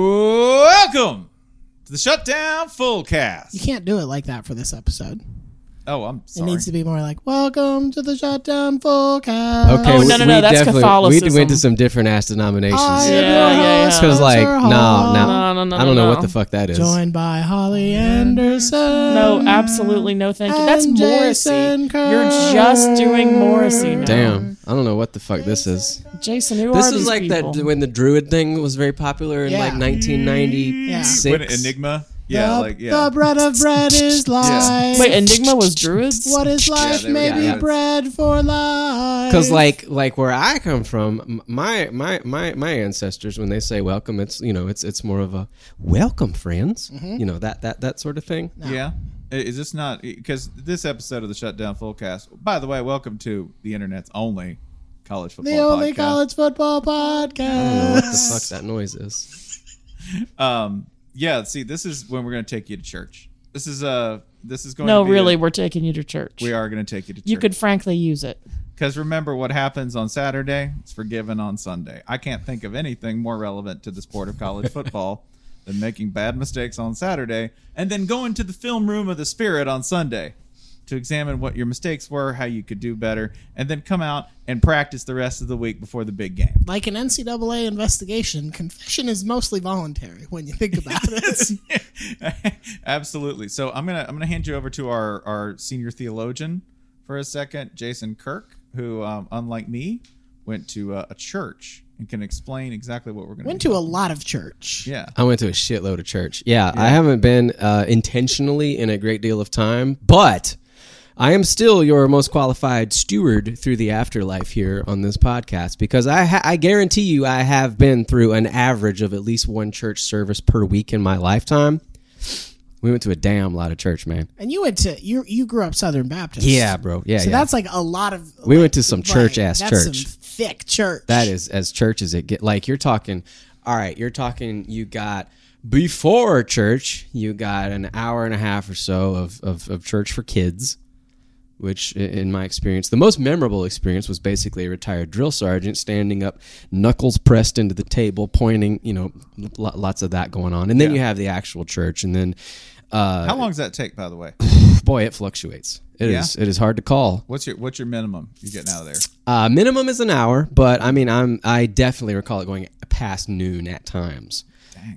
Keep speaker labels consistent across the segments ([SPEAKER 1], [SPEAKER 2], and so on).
[SPEAKER 1] Welcome to the Shutdown Fullcast.
[SPEAKER 2] You can't do it like that for this episode.
[SPEAKER 1] Oh, I'm
[SPEAKER 2] It
[SPEAKER 1] sorry.
[SPEAKER 2] needs to be more like "Welcome to the Shutdown Fullcast."
[SPEAKER 3] Okay,
[SPEAKER 4] Oh,
[SPEAKER 3] we-
[SPEAKER 4] no, no,
[SPEAKER 3] we
[SPEAKER 4] no, that's
[SPEAKER 3] definitely, We
[SPEAKER 4] Catholicism. Oh,
[SPEAKER 3] went to some different ass denominations.
[SPEAKER 2] I
[SPEAKER 3] Because,
[SPEAKER 2] am your
[SPEAKER 4] Yeah, yeah,
[SPEAKER 2] host,
[SPEAKER 4] yeah.
[SPEAKER 2] Spencer
[SPEAKER 3] like, no,
[SPEAKER 2] Hall,
[SPEAKER 3] no,
[SPEAKER 4] No, no, no,
[SPEAKER 3] I don't
[SPEAKER 4] no,
[SPEAKER 3] know what
[SPEAKER 4] no.
[SPEAKER 3] the fuck that is.
[SPEAKER 2] Joined by Holly Anderson.
[SPEAKER 4] No, absolutely no thank you. That's
[SPEAKER 2] And
[SPEAKER 4] Morrissey.
[SPEAKER 2] Jason
[SPEAKER 4] You're just doing Morrissey now.
[SPEAKER 3] Damn, I don't know what the fuck this is.
[SPEAKER 4] Jason, who
[SPEAKER 3] This
[SPEAKER 4] are
[SPEAKER 3] is
[SPEAKER 4] these
[SPEAKER 3] like
[SPEAKER 4] people?
[SPEAKER 3] that when the Druid thing was very popular in
[SPEAKER 2] Yeah.
[SPEAKER 3] like 1996.
[SPEAKER 1] When Enigma. Yeah,
[SPEAKER 2] the,
[SPEAKER 1] like yeah.
[SPEAKER 2] the bread of bread is life.
[SPEAKER 4] Wait, Enigma was Druids?
[SPEAKER 2] what is life?
[SPEAKER 1] they were
[SPEAKER 2] Maybe
[SPEAKER 3] doing it.
[SPEAKER 2] bread for life.
[SPEAKER 3] Because like like where I come from, m- my my my my ancestors when they say welcome, it's you know it's it's more of a welcome friends,
[SPEAKER 4] Mm-hmm.
[SPEAKER 3] you know that that that sort of thing.
[SPEAKER 1] Yeah. I- Is this not because this episode of the Shutdown Fullcast? By the way, welcome to the internet's only college football
[SPEAKER 2] the only
[SPEAKER 1] podcast.
[SPEAKER 2] college football
[SPEAKER 3] I don't know what
[SPEAKER 2] podcast.
[SPEAKER 3] the fuck that noise is.
[SPEAKER 1] Um, yeah. See, this is when we're going to take you to church. This is uh, this is going.
[SPEAKER 4] No,
[SPEAKER 1] to be
[SPEAKER 4] really,
[SPEAKER 1] a-
[SPEAKER 4] we're taking you to church.
[SPEAKER 1] we are going to take you to church.
[SPEAKER 4] You could frankly use it.
[SPEAKER 1] Because remember what happens on Saturday is forgiven on Sunday. I can't think of anything more relevant to the sport of college football than making bad mistakes on Saturday and then going to the film room of the spirit on Sunday to examine what your mistakes were, how you could do better, and then come out and practice the rest of the week before the big game.
[SPEAKER 2] like an NCAA investigation, confession is mostly voluntary when you think about it.
[SPEAKER 1] Absolutely. So I'm gonna I'm gonna hand you over to our our senior theologian for a second, Jason Kirk, who um, unlike me went to uh, a church and can explain exactly what we're gonna
[SPEAKER 2] Went
[SPEAKER 1] be
[SPEAKER 2] to a lot of church.
[SPEAKER 1] Yeah.
[SPEAKER 3] I went to a shitload of church. Yeah, I haven't been uh, intentionally in a great deal of time, but I am still your most qualified steward through the afterlife here on this podcast because I ha- I guarantee you I have been through an average of at least one church service per week in my lifetime. We went to a damn lot of church, man.
[SPEAKER 2] And you went to you you grew up Southern Baptist.
[SPEAKER 3] Yeah, bro. Yeah,
[SPEAKER 2] So
[SPEAKER 3] yeah.
[SPEAKER 2] that's like a lot of
[SPEAKER 3] we
[SPEAKER 2] like,
[SPEAKER 3] went to some church ass
[SPEAKER 2] that's
[SPEAKER 3] church.
[SPEAKER 2] Some thick church.
[SPEAKER 3] That is as church as it get. Like you're talking, all right, you're talking. You got before church, you got an hour and a half or so of of, of church for kids, which i- in my experience, the most memorable experience was basically a retired drill sergeant standing up, knuckles pressed into the table, pointing. You know, lo- lots of that going on, and then you have the actual church, and then uh,
[SPEAKER 1] How long does that take, by the way?
[SPEAKER 3] boy, it fluctuates. It is
[SPEAKER 1] Yeah.
[SPEAKER 3] it is hard to call.
[SPEAKER 1] What's your what's your minimum you're getting out of there?
[SPEAKER 3] Uh, minimum is an hour, but I mean, I'm I definitely recall it going past noon at times.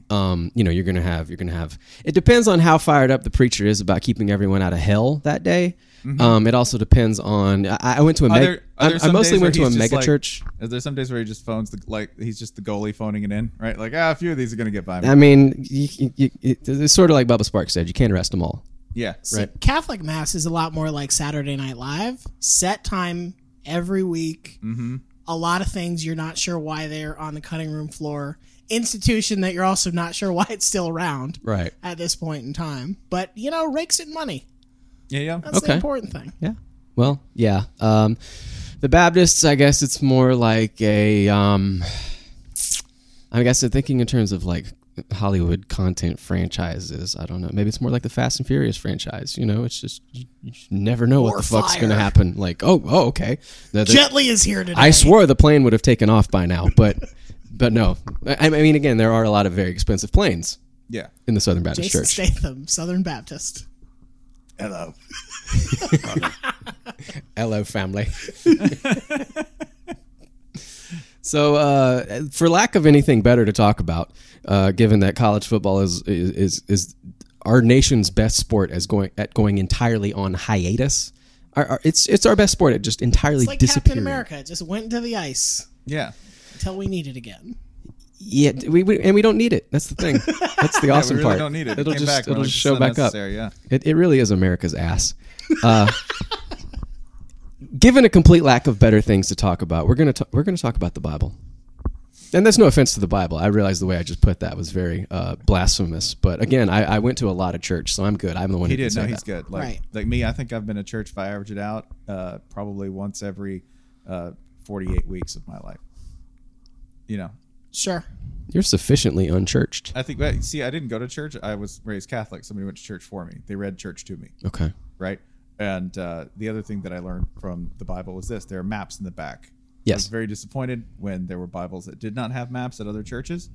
[SPEAKER 3] Um, you know, you're gonna have you're gonna have. It depends on how fired up the preacher is about keeping everyone out of hell that day. Um, it also depends on. I, I went to a. Meg-
[SPEAKER 1] there- Mm-hmm. are there
[SPEAKER 3] I, I
[SPEAKER 1] some
[SPEAKER 3] mostly
[SPEAKER 1] days where
[SPEAKER 3] went to a
[SPEAKER 1] he's just
[SPEAKER 3] mega
[SPEAKER 1] like-
[SPEAKER 3] church.
[SPEAKER 1] Is there some days where he just phones the like he's just the goalie phoning it in, right? Like ah, a few of these are gonna get by me.
[SPEAKER 3] I mean, you, you, you, it- it's sort of like Bubba Sparks said. You can't arrest them all.
[SPEAKER 1] yeah.
[SPEAKER 2] See, Catholic mass is a lot more like Saturday Night Live. Set time every week. Mm-hmm. A lot of things you're not sure why they're on the cutting room floor. Institution that you're also not sure why it's still around
[SPEAKER 3] Right.
[SPEAKER 2] at this point in time. But you know, rakes in money.
[SPEAKER 1] Yeah, yeah.
[SPEAKER 2] That's the
[SPEAKER 3] Okay.
[SPEAKER 2] important thing.
[SPEAKER 3] Yeah. Well, yeah. Um, the Baptists, I guess it's more like a. Um, I guess they're thinking in terms of like Hollywood content franchises. I don't know. Maybe it's more like the Fast and Furious franchise. You know, it's just you, you just never know what
[SPEAKER 2] Or
[SPEAKER 3] the fuck's
[SPEAKER 2] fire.
[SPEAKER 3] going to happen. Like, oh, oh, okay. The- the-
[SPEAKER 2] Gently is here today.
[SPEAKER 3] I swore the plane would have taken off by now, but but no. I, I mean, again, there are a lot of very expensive planes
[SPEAKER 1] Yeah.
[SPEAKER 3] in the Southern Baptist
[SPEAKER 2] Jason
[SPEAKER 3] Church.
[SPEAKER 2] Statham, Southern Baptist. Hello.
[SPEAKER 3] Hello, family. so, uh, for lack of anything better to talk about, uh, given that college football is is is, is our nation's best sport as going at going entirely on hiatus, our, our- it's it's our best sport at just entirely
[SPEAKER 2] It's like Captain
[SPEAKER 3] disappearing.
[SPEAKER 2] America. It just went into the ice
[SPEAKER 1] Yeah.
[SPEAKER 2] until we need it again.
[SPEAKER 3] Yeah, we, we and we don't need it. That's the thing. That's the
[SPEAKER 1] we
[SPEAKER 3] awesome
[SPEAKER 1] really
[SPEAKER 3] part.
[SPEAKER 1] don't need it. It
[SPEAKER 3] It'll
[SPEAKER 1] came
[SPEAKER 3] just
[SPEAKER 1] back. We're
[SPEAKER 3] it'll
[SPEAKER 1] like,
[SPEAKER 3] just
[SPEAKER 1] this
[SPEAKER 3] show
[SPEAKER 1] is
[SPEAKER 3] back up.
[SPEAKER 1] unnecessary, Yeah.
[SPEAKER 3] It, it really is America's ass. Uh, given a complete lack of better things to talk about, we're gonna ta- we're gonna talk about the Bible. And that's no offense to the Bible. I realize the way I just put that was very uh, blasphemous. But again, I, I went to a lot of church, so I'm good. I'm the one
[SPEAKER 1] He
[SPEAKER 3] who can
[SPEAKER 1] did.
[SPEAKER 3] say
[SPEAKER 1] No, he's
[SPEAKER 3] that.
[SPEAKER 1] good. Like,
[SPEAKER 2] Right.
[SPEAKER 1] like me, I think I've been to church if I average it out, uh, probably once every uh, 48 weeks of my life. You know,
[SPEAKER 2] Sure.
[SPEAKER 3] You're sufficiently unchurched.
[SPEAKER 1] I think, but see, I didn't go to church. I was raised Catholic. Somebody went to church for me, they read church to me,
[SPEAKER 3] Okay.
[SPEAKER 1] right? And uh, the other thing that I learned from the Bible was this there are maps in the back. I was
[SPEAKER 3] Yes.
[SPEAKER 1] very disappointed when there were Bibles that did not have maps at other churches.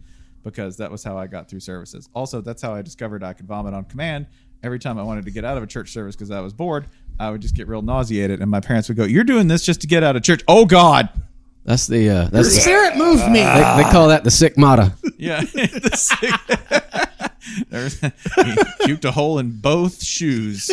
[SPEAKER 1] because that was how I got through services. Also, that's how I discovered I could vomit on command. Every time I wanted to get out of a church service because I was bored, I would just get real nauseated, and my parents would go, "You're doing this just to get out of church." Oh God,
[SPEAKER 3] That's the uh, that's the,
[SPEAKER 2] Spirit moved me.
[SPEAKER 3] they, they call that the sick mata.
[SPEAKER 1] yeah. The sick- There was- he puked a hole in both shoes.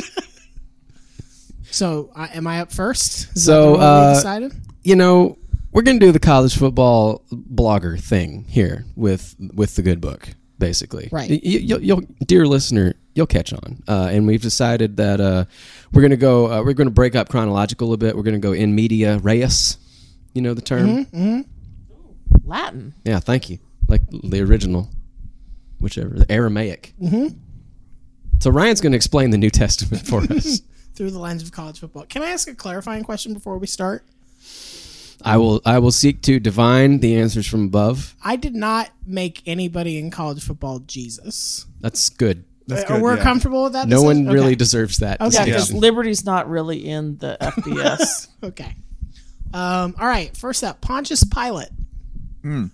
[SPEAKER 2] So, I am I up first? Is
[SPEAKER 3] So,
[SPEAKER 2] that what we
[SPEAKER 3] uh,
[SPEAKER 2] decided?
[SPEAKER 3] You know, we're gonna do the college football blogger thing here with with the good book, basically.
[SPEAKER 2] Right.
[SPEAKER 3] Y- y- you'll, you'll- dear listener, you'll catch on. Uh, and we've decided that uh, we're gonna go. Uh, we're gonna break up chronological a bit. We're gonna go in media reis. You know the term.
[SPEAKER 2] Mm-hmm.
[SPEAKER 4] Latin.
[SPEAKER 3] Yeah, thank you. Like the original, whichever, the Aramaic. Mm-hmm. So Ryan's going to explain the New Testament for us.
[SPEAKER 2] Through the lens of college football. Can I ask a clarifying question before we start?
[SPEAKER 3] I will. I will seek to divine the answers from above.
[SPEAKER 2] I did not make anybody in college football Jesus.
[SPEAKER 3] That's good.
[SPEAKER 1] That's
[SPEAKER 2] Uh,
[SPEAKER 1] good,
[SPEAKER 2] we're
[SPEAKER 1] yeah.
[SPEAKER 2] comfortable with that.
[SPEAKER 3] No
[SPEAKER 2] decision?
[SPEAKER 3] one
[SPEAKER 2] Okay.
[SPEAKER 3] really deserves that.
[SPEAKER 4] Yeah,
[SPEAKER 2] Okay.
[SPEAKER 4] because Liberty's not really in the FBS.
[SPEAKER 2] Okay. Um, all right. First up, Pontius Pilate.
[SPEAKER 3] Hmm.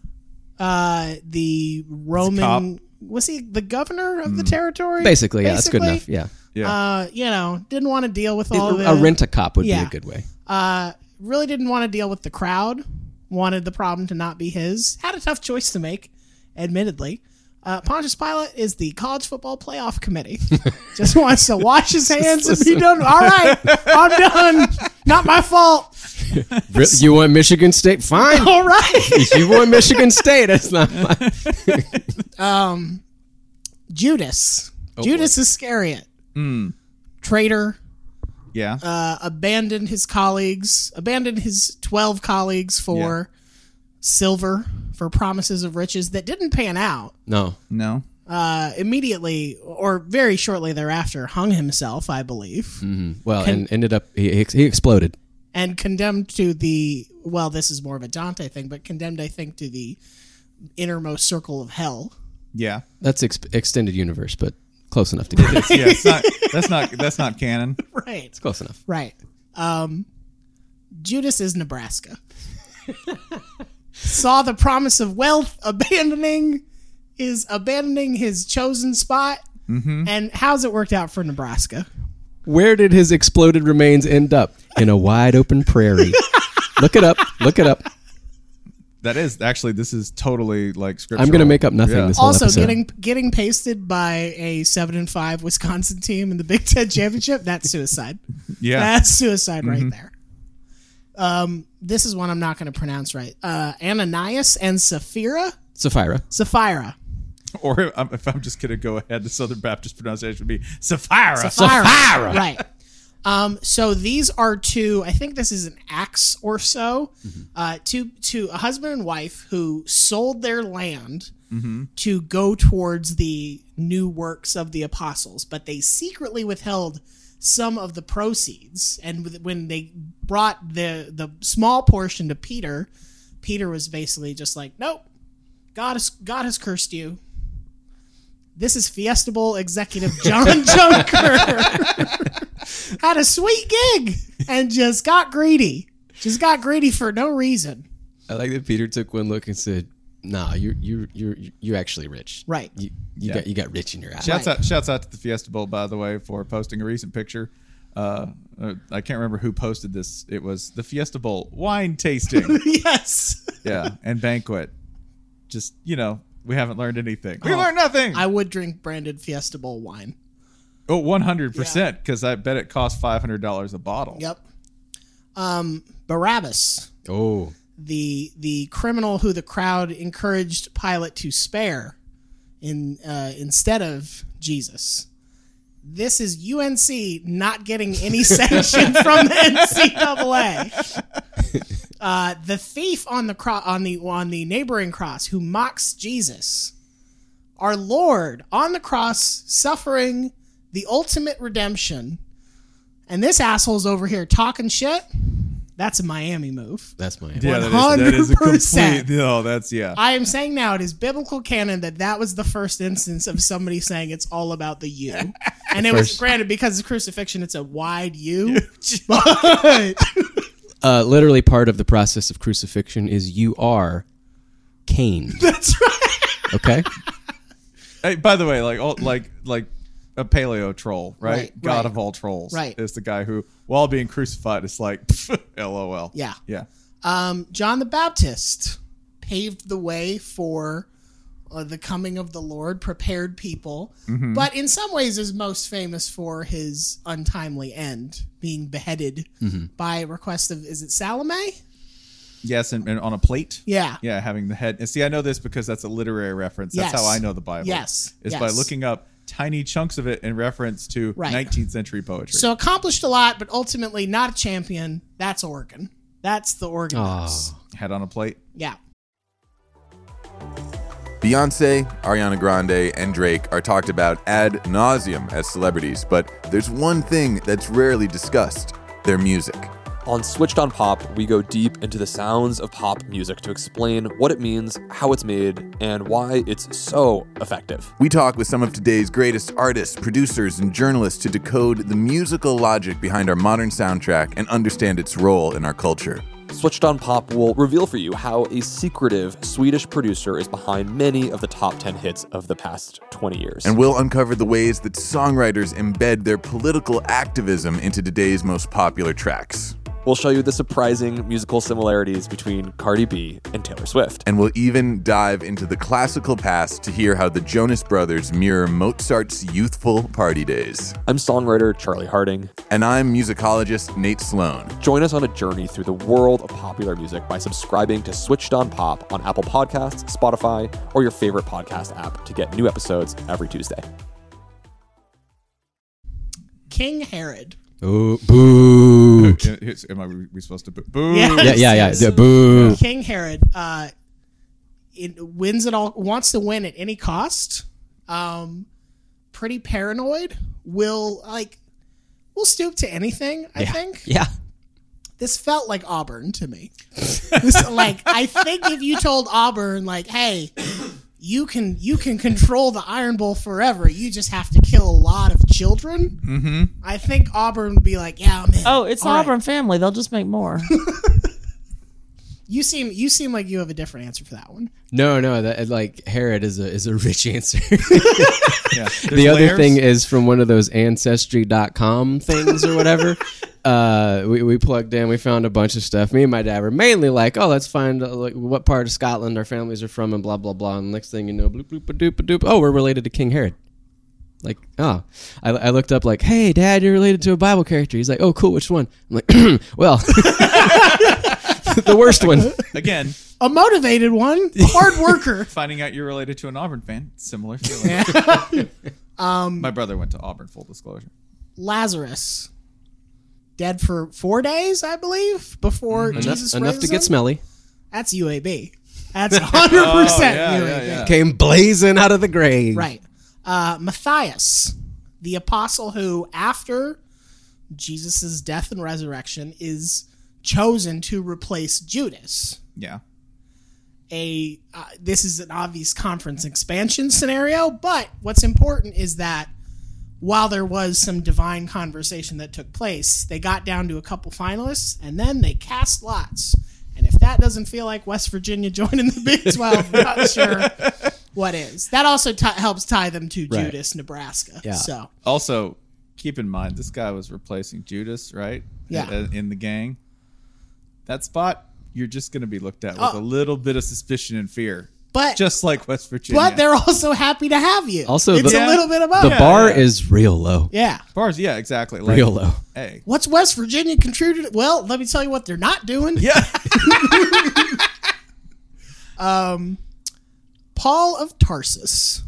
[SPEAKER 2] Uh, the Roman. Was he the governor of the territory?
[SPEAKER 3] Hmm. Basically, yeah, that's good enough.
[SPEAKER 2] Basically.
[SPEAKER 3] Yeah,
[SPEAKER 1] Yeah.
[SPEAKER 2] Uh, you know, didn't want to deal with all the.
[SPEAKER 3] a rent a cop would be
[SPEAKER 2] Yeah.
[SPEAKER 3] a good way.
[SPEAKER 2] uh, really didn't want to deal with the crowd. Wanted the problem to not be his. Had a tough choice to make, admittedly. Uh, Pontius Pilate is the college football playoff committee. Just wants to wash his hands and be done. All right, I'm done. Not my fault.
[SPEAKER 3] Re- You want Michigan State? Fine.
[SPEAKER 2] All right.
[SPEAKER 3] If you want Michigan State, that's not. Fine.
[SPEAKER 2] um, Judas. Judas Iscariot. Traitor.
[SPEAKER 1] yeah.
[SPEAKER 2] Uh, abandoned his colleagues. Abandoned his twelve colleagues for silver for promises of riches that didn't pan out.
[SPEAKER 3] No.
[SPEAKER 1] no.
[SPEAKER 2] Uh, immediately or very shortly thereafter, hung himself, I believe,
[SPEAKER 3] Well, and ended up he, he- he exploded.
[SPEAKER 2] and condemned to the. Well, this is more of a Dante thing, but condemned, I think, to the innermost circle of hell.
[SPEAKER 1] Yeah.
[SPEAKER 3] That's ex- extended universe, but close enough to get it.
[SPEAKER 1] Yeah. It's not, that's not. That's not canon.
[SPEAKER 2] Right.
[SPEAKER 3] close enough.
[SPEAKER 2] Right. Um, Judas is Nebraska. Saw the promise of wealth, abandoning is abandoning his chosen spot. And how's it worked out for Nebraska?
[SPEAKER 3] Where did his exploded remains end up? In a wide open prairie. look it up. Look it up.
[SPEAKER 1] That is actually. This is totally like scripture.
[SPEAKER 3] I'm going to make up nothing this whole
[SPEAKER 2] Also,
[SPEAKER 3] episode.
[SPEAKER 2] getting getting pasted by a seven and five Wisconsin team in the Big Ten championship. That's suicide.
[SPEAKER 1] Yeah.
[SPEAKER 2] That's suicide right there. Um, this is one I'm not going to pronounce right. Uh, Ananias and Sapphira.
[SPEAKER 3] Sapphira.
[SPEAKER 2] Sapphira.
[SPEAKER 1] or if I'm, if I'm just gonna go ahead, the Southern Baptist pronunciation would be Sapphira.
[SPEAKER 2] Sapphira. Right. Um, so these are two. I think this is an axe or so. Uh, to to a husband and wife who sold their land to go towards the new works of the apostles, but they secretly withheld some of the proceeds. And with- when they brought the the small portion to Peter, Peter was basically just like, "Nope, God has God has cursed you." This is Fiestable executive John Junker. Had a sweet gig and just got greedy. Just got greedy for no reason.
[SPEAKER 3] I like that Peter took one look and said, "Nah, you you you you actually rich.
[SPEAKER 2] Right.
[SPEAKER 3] You, you got you got rich in your eyes."
[SPEAKER 1] Shouts out! Shouts out to the Fiesta Bowl, by the way, for posting a recent picture. Uh, uh, I can't remember who posted this. It was the Fiesta Bowl wine tasting,
[SPEAKER 2] yes.
[SPEAKER 1] yeah, and banquet. Just you know, we haven't learned anything. We learned nothing.
[SPEAKER 2] I would drink branded Fiesta Bowl wine.
[SPEAKER 1] oh, one hundred percent, because I bet it cost five hundred dollars a bottle.
[SPEAKER 2] Yep. Um, Barabbas,
[SPEAKER 3] Oh,
[SPEAKER 2] the the criminal who the crowd encouraged Pilate to spare in uh, instead of Jesus. This is UNC not getting any sanction from the NCAA. Uh, the thief on the cro- on the on the neighboring cross who mocks Jesus, our Lord on the cross suffering the ultimate redemption, and this asshole's over here talking shit. That's a Miami move.
[SPEAKER 3] that's my
[SPEAKER 1] Yeah, that is, that is a
[SPEAKER 2] 100%.
[SPEAKER 1] complete. No, that's yeah.
[SPEAKER 2] I am saying now it is biblical canon that that was the first instance of somebody saying it's all about the you. And it was
[SPEAKER 3] First.
[SPEAKER 2] granted because of crucifixion, it's a wide you. but
[SPEAKER 3] Uh, literally part of the process of crucifixion is you are Cain.
[SPEAKER 2] that's right.
[SPEAKER 3] Okay.
[SPEAKER 1] Hey, by the way, like all, like like a paleo troll, right?
[SPEAKER 2] Right,
[SPEAKER 1] God
[SPEAKER 2] right.
[SPEAKER 1] of all trolls,
[SPEAKER 2] Right.
[SPEAKER 1] Is the guy who, while being crucified, is like, lol.
[SPEAKER 2] Yeah.
[SPEAKER 1] yeah.
[SPEAKER 2] Um, John the Baptist paved the way for uh, the coming of the Lord, prepared people, but in some ways is most famous for his untimely end, being beheaded by request of, is it Salome?
[SPEAKER 1] Yes, and, and on a plate.
[SPEAKER 2] Yeah.
[SPEAKER 1] Yeah, having the head. And see, I know this because that's a literary reference. That's
[SPEAKER 2] Yes.
[SPEAKER 1] how I know the Bible.
[SPEAKER 2] Yes,
[SPEAKER 1] Is by
[SPEAKER 2] yes.
[SPEAKER 1] looking up tiny chunks of it in reference to
[SPEAKER 2] Right.
[SPEAKER 1] 19th century poetry.
[SPEAKER 2] So accomplished a lot, but ultimately not a champion. That's Oregon. That's the Oregon. Ducks.
[SPEAKER 3] Oh.
[SPEAKER 1] head on a plate.
[SPEAKER 2] Yeah.
[SPEAKER 5] Beyonce, Ariana Grande, and Drake are talked about ad nauseum as celebrities, but there's one thing that's rarely discussed their music.
[SPEAKER 6] On Switched on Pop, we go deep into the sounds of pop music to explain what it means, how it's made, and why it's so effective.
[SPEAKER 5] We talk with some of today's greatest artists, producers, and journalists to decode the musical logic behind our modern soundtrack and understand its role in our culture.
[SPEAKER 6] Switched on Pop will reveal for you how a secretive Swedish producer is behind many of the top 10 hits of the past 20 years.
[SPEAKER 5] And we'll uncover the ways that songwriters embed their political activism into today's most popular tracks.
[SPEAKER 6] we'll show you the surprising musical similarities between Cardi B and Taylor Swift.
[SPEAKER 5] And we'll even dive into the classical past to hear how the Jonas Brothers mirror Mozart's youthful party days.
[SPEAKER 6] I'm songwriter Charlie Harding.
[SPEAKER 5] And I'm musicologist Nate Sloan.
[SPEAKER 6] Join us on a journey through the world of popular music by subscribing to Switched on Pop on Apple Podcasts, Spotify, or your favorite podcast app to get new episodes every Tuesday.
[SPEAKER 2] King Herod.
[SPEAKER 3] Ooh, boo.
[SPEAKER 1] Am, am I we supposed to boo? boo.
[SPEAKER 3] Yeah, yeah, yeah.
[SPEAKER 2] Yes.
[SPEAKER 3] yeah boo.
[SPEAKER 2] King Herod uh, it wins it all, wants to win at any cost. Um, pretty paranoid. Will like will stoop to anything. I think
[SPEAKER 3] Yeah.
[SPEAKER 2] this felt like Auburn to me. This- like I think if you told Auburn, like, hey, you can you can control the Iron Bowl forever. You just have to kill a lot of children. Mm-hmm. I think Auburn would be like, yeah, man.
[SPEAKER 4] Oh, it's
[SPEAKER 2] All right.
[SPEAKER 4] Auburn family. They'll just make more.
[SPEAKER 2] You seem you seem like you have a different answer for that one.
[SPEAKER 3] No, no, that like Herod is a is a rich answer.
[SPEAKER 1] Yeah. There's
[SPEAKER 3] the other
[SPEAKER 1] layers.
[SPEAKER 3] thing is from one of those ancestry.com things or whatever. uh, we, we plugged in, we found a bunch of stuff. Me and my dad were mainly like, oh, let's find uh, like, what part of Scotland our families are from and blah, blah, blah. And next thing you know, bloop, bloop, doop, doop. Oh, we're related to King Herod. Like, oh, I, I looked up like, hey, dad, you're related to a Bible character. He's like, oh, cool, which one? I'm like, well, the worst one.
[SPEAKER 1] Again,
[SPEAKER 2] A motivated one, a hard worker.
[SPEAKER 1] finding out you're related to an Auburn fan, similar feeling. um, My brother went to Auburn. Full disclosure.
[SPEAKER 2] Lazarus, dead for four days, I believe, before Jesus
[SPEAKER 3] Mm-hmm. Enough
[SPEAKER 2] raises
[SPEAKER 3] to get
[SPEAKER 2] him.
[SPEAKER 3] smelly.
[SPEAKER 2] That's UAB. That's hundred percent
[SPEAKER 3] Oh,
[SPEAKER 1] yeah,
[SPEAKER 2] UAB.
[SPEAKER 1] yeah, yeah.
[SPEAKER 3] Came blazing out of the grave.
[SPEAKER 2] Right. Uh, Matthias, the apostle who, after Jesus' death and resurrection, is chosen to replace Judas.
[SPEAKER 1] Yeah.
[SPEAKER 2] a uh, this is an obvious conference expansion scenario but what's important is that while there was some divine conversation that took place they got down to a couple finalists and then they cast lots and if that doesn't feel like west virginia joining the big 12 i'm not sure what is that also ti helps tie them to
[SPEAKER 3] Right.
[SPEAKER 2] judas nebraska
[SPEAKER 3] Yeah.
[SPEAKER 2] so
[SPEAKER 1] Also, keep in mind this guy was replacing Judas, right?
[SPEAKER 2] Yeah.
[SPEAKER 1] In, in the gang. That spot, you're just going to be looked at with
[SPEAKER 2] Oh.
[SPEAKER 1] a little bit of suspicion and fear,
[SPEAKER 2] but
[SPEAKER 1] just like West Virginia.
[SPEAKER 2] but they're also happy to have you
[SPEAKER 3] Also,
[SPEAKER 2] it's
[SPEAKER 3] the-
[SPEAKER 2] a little bit about
[SPEAKER 3] The
[SPEAKER 1] Yeah,
[SPEAKER 3] bar
[SPEAKER 1] yeah.
[SPEAKER 3] is real low.
[SPEAKER 2] yeah
[SPEAKER 1] bars, yeah, exactly. Like,
[SPEAKER 3] Real low.
[SPEAKER 1] Hey.
[SPEAKER 2] what's west virginia contributed well let me tell you what they're not doing
[SPEAKER 1] Yeah.
[SPEAKER 2] Paul of Tarsus,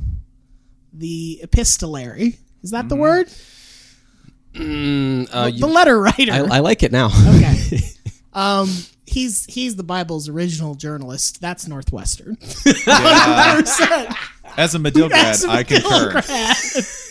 [SPEAKER 2] the epistolary. Is that the word?
[SPEAKER 3] Mm-hmm. Uh,
[SPEAKER 2] the letter writer.
[SPEAKER 3] I, I like it now.
[SPEAKER 2] okay. Um, he's he's the Bible's original journalist. That's Northwestern.
[SPEAKER 1] Yeah.
[SPEAKER 2] 100%.
[SPEAKER 1] As a Medill grad,
[SPEAKER 2] That's
[SPEAKER 1] I concur.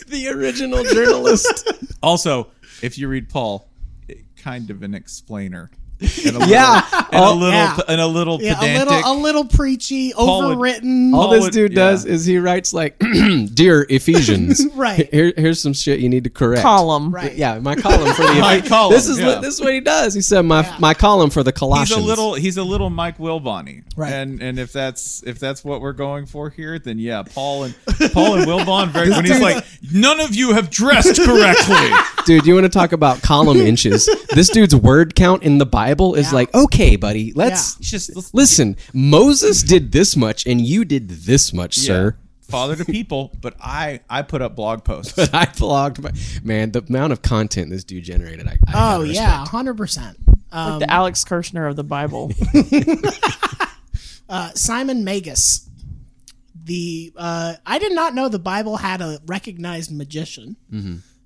[SPEAKER 3] the original journalist.
[SPEAKER 1] Also, if you read Paul, it- kind of an explainer. And a little-
[SPEAKER 3] Yeah.
[SPEAKER 1] and a
[SPEAKER 3] All-
[SPEAKER 1] little,
[SPEAKER 2] yeah.
[SPEAKER 1] and Oh, a little
[SPEAKER 2] Yeah, a
[SPEAKER 1] pedantic.
[SPEAKER 2] little, a little preachy,
[SPEAKER 1] Paul would-
[SPEAKER 2] overwritten.
[SPEAKER 3] All
[SPEAKER 1] Paul
[SPEAKER 3] this
[SPEAKER 1] would-
[SPEAKER 3] dude
[SPEAKER 1] yeah.
[SPEAKER 3] does is he writes like, "Dear Ephesians,
[SPEAKER 2] Right.
[SPEAKER 3] Here, here's some shit you need to correct."
[SPEAKER 4] column.
[SPEAKER 2] Right.
[SPEAKER 3] Yeah, my column for the
[SPEAKER 1] My
[SPEAKER 3] Ephes-
[SPEAKER 1] column,
[SPEAKER 3] This is
[SPEAKER 1] yeah.
[SPEAKER 3] this is what he does. He said my my column for the Colossians.
[SPEAKER 1] He's a little he's a little Mike Wilbonny.
[SPEAKER 2] Right.
[SPEAKER 1] And and if that's if that's what we're going for here, then yeah, Paul and Paul and Wilbon very when he's like, none of you have dressed correctly.
[SPEAKER 3] dude. You want to talk about column inches? This dude's word count in the Bible is
[SPEAKER 2] Yeah.
[SPEAKER 3] like, okay, buddy, let's
[SPEAKER 1] It's just let's-
[SPEAKER 3] listen. Moses did this much, and you did this much,
[SPEAKER 1] yeah,
[SPEAKER 3] sir.
[SPEAKER 1] Father to people, but I I put up blog posts.
[SPEAKER 3] I blogged my man. The amount of content this dude generated, I, I
[SPEAKER 2] Oh
[SPEAKER 3] gotta
[SPEAKER 2] yeah,
[SPEAKER 3] respect.
[SPEAKER 2] hundred percent.
[SPEAKER 4] Like
[SPEAKER 2] Um,
[SPEAKER 4] the Alex Kirshner of the Bible.
[SPEAKER 2] Uh, Simon Magus. The uh, I did not know the Bible had a recognized magician,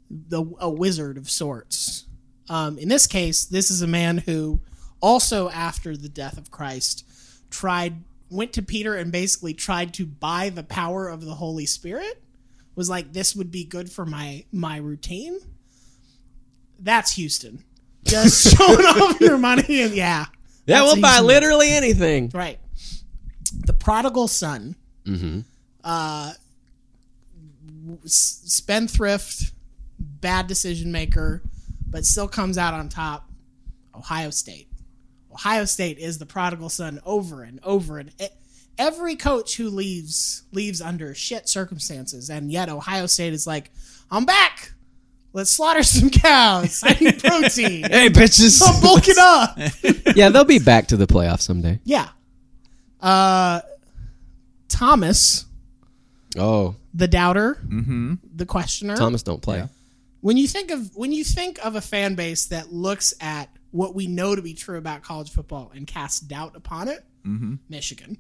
[SPEAKER 2] the a wizard of sorts. Um, in this case, this is a man who also after the death of Christ tried went to Peter and basically tried to buy the power of the Holy Spirit. Was like this would be good for my my routine. That's Houston. Just showing off your money and yeah.
[SPEAKER 3] Yeah,
[SPEAKER 2] That's
[SPEAKER 3] we'll buy
[SPEAKER 2] Houston.
[SPEAKER 3] literally anything.
[SPEAKER 2] Right. The prodigal son, uh, s- spendthrift, bad decision maker, but still comes out on top. Ohio State. Ohio State is the prodigal son over and over and e- every coach who leaves leaves under shit circumstances, and yet Ohio State is like, I'm back. Let's slaughter some cows. I need protein.
[SPEAKER 3] Hey, bitches.
[SPEAKER 2] I'm bulking up.
[SPEAKER 3] yeah, they'll be back to the playoff someday.
[SPEAKER 2] Yeah. Uh, Thomas,
[SPEAKER 3] Oh,
[SPEAKER 2] the doubter,
[SPEAKER 1] Mm-hmm.
[SPEAKER 2] the questioner.
[SPEAKER 3] Thomas don't play.
[SPEAKER 2] When you think of when you think of a fan base that looks at what we know to be true about college football and casts doubt upon it,
[SPEAKER 1] Mm-hmm.
[SPEAKER 2] Michigan.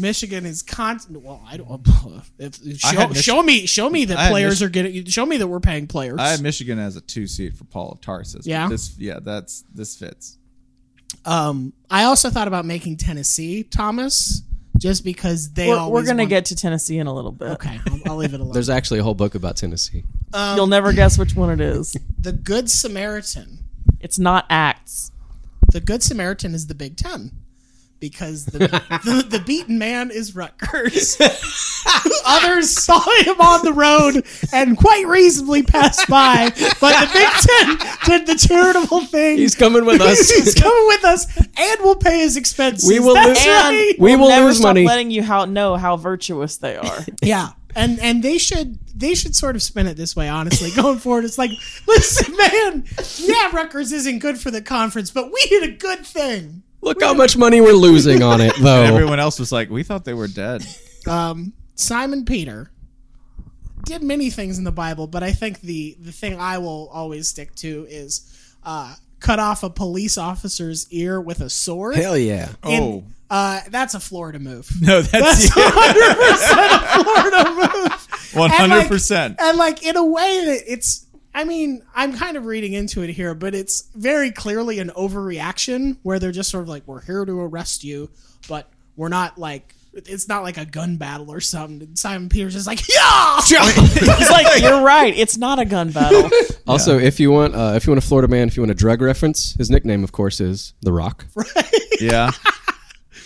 [SPEAKER 2] Michigan is constant. Well, I don't. If, if-
[SPEAKER 1] I
[SPEAKER 2] show,
[SPEAKER 1] had Mich-
[SPEAKER 2] show me, show me
[SPEAKER 1] I
[SPEAKER 2] that
[SPEAKER 1] had
[SPEAKER 2] players
[SPEAKER 1] Mich-
[SPEAKER 2] are getting. Show me that we're paying players.
[SPEAKER 1] I had Michigan as a two seat for Paul of Tarsus. but
[SPEAKER 2] Yeah.
[SPEAKER 1] This yeah, that's this fits.
[SPEAKER 2] um, I also thought about making Tennessee Thomas, just because they.
[SPEAKER 4] We're,
[SPEAKER 2] always
[SPEAKER 4] we're gonna
[SPEAKER 2] want-
[SPEAKER 4] get to Tennessee in a little bit.
[SPEAKER 2] Okay, I'll, I'll leave it alone.
[SPEAKER 3] There's actually a whole book about Tennessee.
[SPEAKER 4] You'll
[SPEAKER 2] Um,
[SPEAKER 4] never guess which one it is.
[SPEAKER 2] the Good Samaritan.
[SPEAKER 4] It's not Acts.
[SPEAKER 2] the Good Samaritan is the Big Ten because the, the, the beaten man is Rutgers. Others saw him on the road and quite reasonably passed by, but the Big Ten did the charitable thing.
[SPEAKER 3] He's coming with us.
[SPEAKER 2] He's coming with us, and we'll pay his expenses.
[SPEAKER 3] We will
[SPEAKER 2] That's
[SPEAKER 3] lose-
[SPEAKER 2] right.
[SPEAKER 3] We
[SPEAKER 4] We'll
[SPEAKER 3] will
[SPEAKER 4] never
[SPEAKER 3] lose
[SPEAKER 4] stop
[SPEAKER 3] money.
[SPEAKER 4] Letting you how know how virtuous they are.
[SPEAKER 2] Yeah. And and they should they should sort of spin it this way, honestly. Going forward, it's like, listen, man, yeah, Rutgers isn't good for the conference, but we did a good thing.
[SPEAKER 3] Look how much money we're losing on it, though.
[SPEAKER 1] And everyone else was like, We thought they were dead.
[SPEAKER 2] um, Simon Peter did many things in the Bible, but I think the the thing I will always stick to is uh, cut off a police officer's ear with a sword.
[SPEAKER 3] Hell yeah.
[SPEAKER 2] And,
[SPEAKER 1] Oh.
[SPEAKER 2] uh, that's a Florida move.
[SPEAKER 1] No, that's
[SPEAKER 2] That's 100% a Florida move.
[SPEAKER 1] one
[SPEAKER 2] And,
[SPEAKER 1] hundred
[SPEAKER 2] like-
[SPEAKER 1] percent.
[SPEAKER 2] And like in a way that it's I mean, I'm kind of reading into it here, but it's very clearly an overreaction where they're just sort of like, We're here to arrest you, but we're not like it's not like a gun battle or something. And Simon Peter's just like, Yeah
[SPEAKER 4] It's like you're right. It's not a gun battle.
[SPEAKER 3] Also, if you want, uh, if you want a Florida man, if you want a drug reference, his nickname, of course, is The Rock.
[SPEAKER 1] Yeah.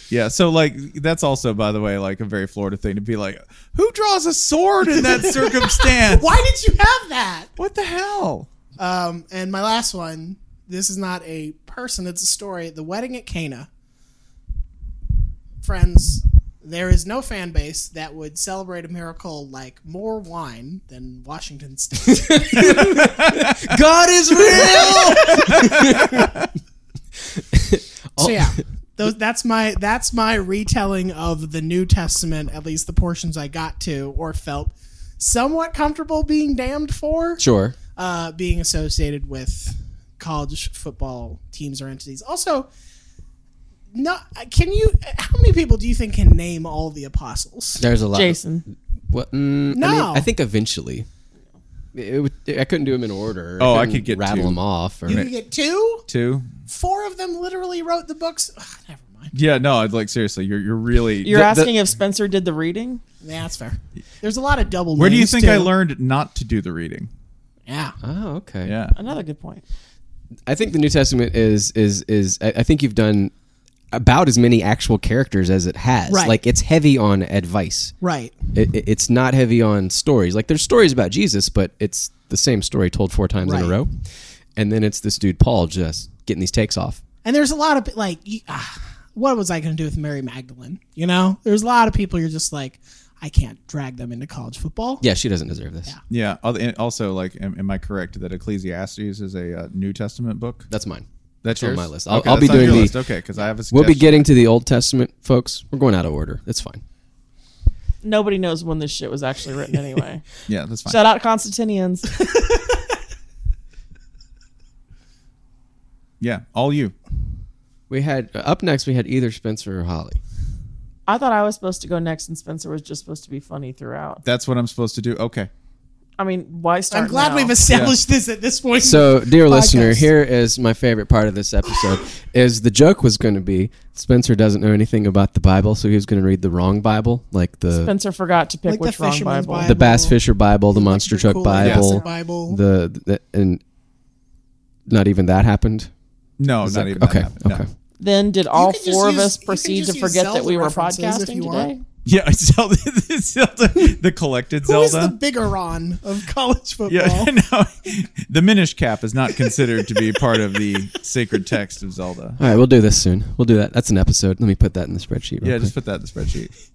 [SPEAKER 1] Yeah, so like that's also, by the way, like a very Florida thing to be like, who draws a sword in that circumstance?
[SPEAKER 2] Why did you have that?
[SPEAKER 1] What the hell?
[SPEAKER 2] Um, and my last one, this is not a person, it's a story. The wedding at Cana. Friends, there is no fan base that would celebrate a miracle like more wine than Washington State.
[SPEAKER 3] God is real.
[SPEAKER 2] So yeah, those, that's my that's my retelling of the New Testament, at least the portions I got to or felt somewhat comfortable being damned for,
[SPEAKER 3] sure.
[SPEAKER 2] uh, being associated with college football teams or entities. Also, no, can you? How many people do you think can name all the apostles?
[SPEAKER 3] There's a lot.
[SPEAKER 4] Jason.
[SPEAKER 3] Of, what, mm, I, mean,
[SPEAKER 2] No.
[SPEAKER 3] I think eventually. It would, I couldn't do them in order.
[SPEAKER 1] Oh, I
[SPEAKER 3] couldn't
[SPEAKER 1] could get
[SPEAKER 3] rattle
[SPEAKER 1] two.
[SPEAKER 3] them off. Or,
[SPEAKER 2] You could get two,
[SPEAKER 1] Two?
[SPEAKER 2] four of them literally wrote the books. Ugh, never mind.
[SPEAKER 1] Yeah, no, I'd like seriously, you're you're really
[SPEAKER 4] You're
[SPEAKER 1] The- the-
[SPEAKER 4] asking if Spencer did the reading.
[SPEAKER 2] Yeah, that's fair. There's a lot of double.
[SPEAKER 1] Where do you
[SPEAKER 2] names,
[SPEAKER 1] think I
[SPEAKER 2] too.
[SPEAKER 1] learned not to do the reading?
[SPEAKER 2] Yeah.
[SPEAKER 3] oh, okay.
[SPEAKER 1] Yeah.
[SPEAKER 4] Another good point.
[SPEAKER 3] I think the New Testament is is is. I, I think you've done about as many actual characters as it has.
[SPEAKER 2] Right.
[SPEAKER 3] Like it's heavy on advice.
[SPEAKER 2] Right.
[SPEAKER 3] It, it- it's not heavy on stories. Like there's stories about Jesus, but it's the same story told four times in a
[SPEAKER 2] Right.
[SPEAKER 3] row. And then it's this dude Paul just getting these takes off.
[SPEAKER 2] And there's a lot of like, you, ah, what was I going to do with Mary Magdalene? You know, there's a lot of people you're just like, I can't drag them into college football.
[SPEAKER 3] Yeah, she doesn't deserve this.
[SPEAKER 1] Yeah. al- and Also, like, am, am I correct that Ecclesiastes is a uh, New Testament book?
[SPEAKER 3] That's mine.
[SPEAKER 1] That's
[SPEAKER 3] on
[SPEAKER 1] yours?
[SPEAKER 3] my list. I'll-
[SPEAKER 1] okay,
[SPEAKER 3] I'll
[SPEAKER 1] that's
[SPEAKER 3] be
[SPEAKER 1] on
[SPEAKER 3] doing
[SPEAKER 1] your
[SPEAKER 3] the-
[SPEAKER 1] list. Okay, because I have a.
[SPEAKER 3] We'll be
[SPEAKER 1] suggestion.
[SPEAKER 3] getting to the Old Testament, folks. We're going out of order. It's fine.
[SPEAKER 4] Nobody knows when this shit was actually written anyway.
[SPEAKER 1] Yeah, that's fine.
[SPEAKER 4] Shout out Constantinians.
[SPEAKER 1] Yeah, all you.
[SPEAKER 3] We had up next. We had either Spencer or Holly.
[SPEAKER 4] I thought I was supposed to go next, and Spencer was just supposed to be funny throughout.
[SPEAKER 1] That's what I'm supposed to do. Okay.
[SPEAKER 4] I mean, why start?
[SPEAKER 2] I'm glad
[SPEAKER 4] now?
[SPEAKER 2] we've established this at this point.
[SPEAKER 3] So, dear listener,
[SPEAKER 2] Podcast.
[SPEAKER 3] here is my favorite part of this episode. is the joke was going to be Spencer doesn't know anything about the Bible, so he was going to read the wrong Bible, like the
[SPEAKER 4] Spencer forgot to pick
[SPEAKER 2] Like the
[SPEAKER 4] which wrong
[SPEAKER 2] fisherman's
[SPEAKER 4] Bible.
[SPEAKER 2] Bible.
[SPEAKER 3] the Bass Fisher Bible, the Monster Truck
[SPEAKER 2] Cool, like,
[SPEAKER 3] Bible,
[SPEAKER 2] Bible. Bible.
[SPEAKER 3] the, the and not even that happened.
[SPEAKER 1] No,
[SPEAKER 3] Is
[SPEAKER 1] not
[SPEAKER 3] that-
[SPEAKER 1] even.
[SPEAKER 3] okay,
[SPEAKER 1] That happened.
[SPEAKER 3] okay.
[SPEAKER 1] No.
[SPEAKER 4] Then did all
[SPEAKER 2] can just
[SPEAKER 4] four of
[SPEAKER 2] use-
[SPEAKER 4] us
[SPEAKER 2] you can
[SPEAKER 4] proceed
[SPEAKER 2] just
[SPEAKER 4] to
[SPEAKER 2] use
[SPEAKER 4] forget that
[SPEAKER 2] Zelda
[SPEAKER 4] we were
[SPEAKER 2] references if
[SPEAKER 4] podcasting
[SPEAKER 2] you
[SPEAKER 4] today?
[SPEAKER 2] want.
[SPEAKER 1] Yeah, Zelda, Zelda, the collected
[SPEAKER 2] Who is
[SPEAKER 1] Zelda.
[SPEAKER 2] the bigger on of college football?
[SPEAKER 1] yeah, no, the Minish cap is not considered to be part of the sacred text of Zelda.
[SPEAKER 3] All right, we'll do this soon. We'll do that. That's an episode. Let me put that in the spreadsheet. real
[SPEAKER 1] Yeah,
[SPEAKER 3] quick.
[SPEAKER 1] just put that in the spreadsheet.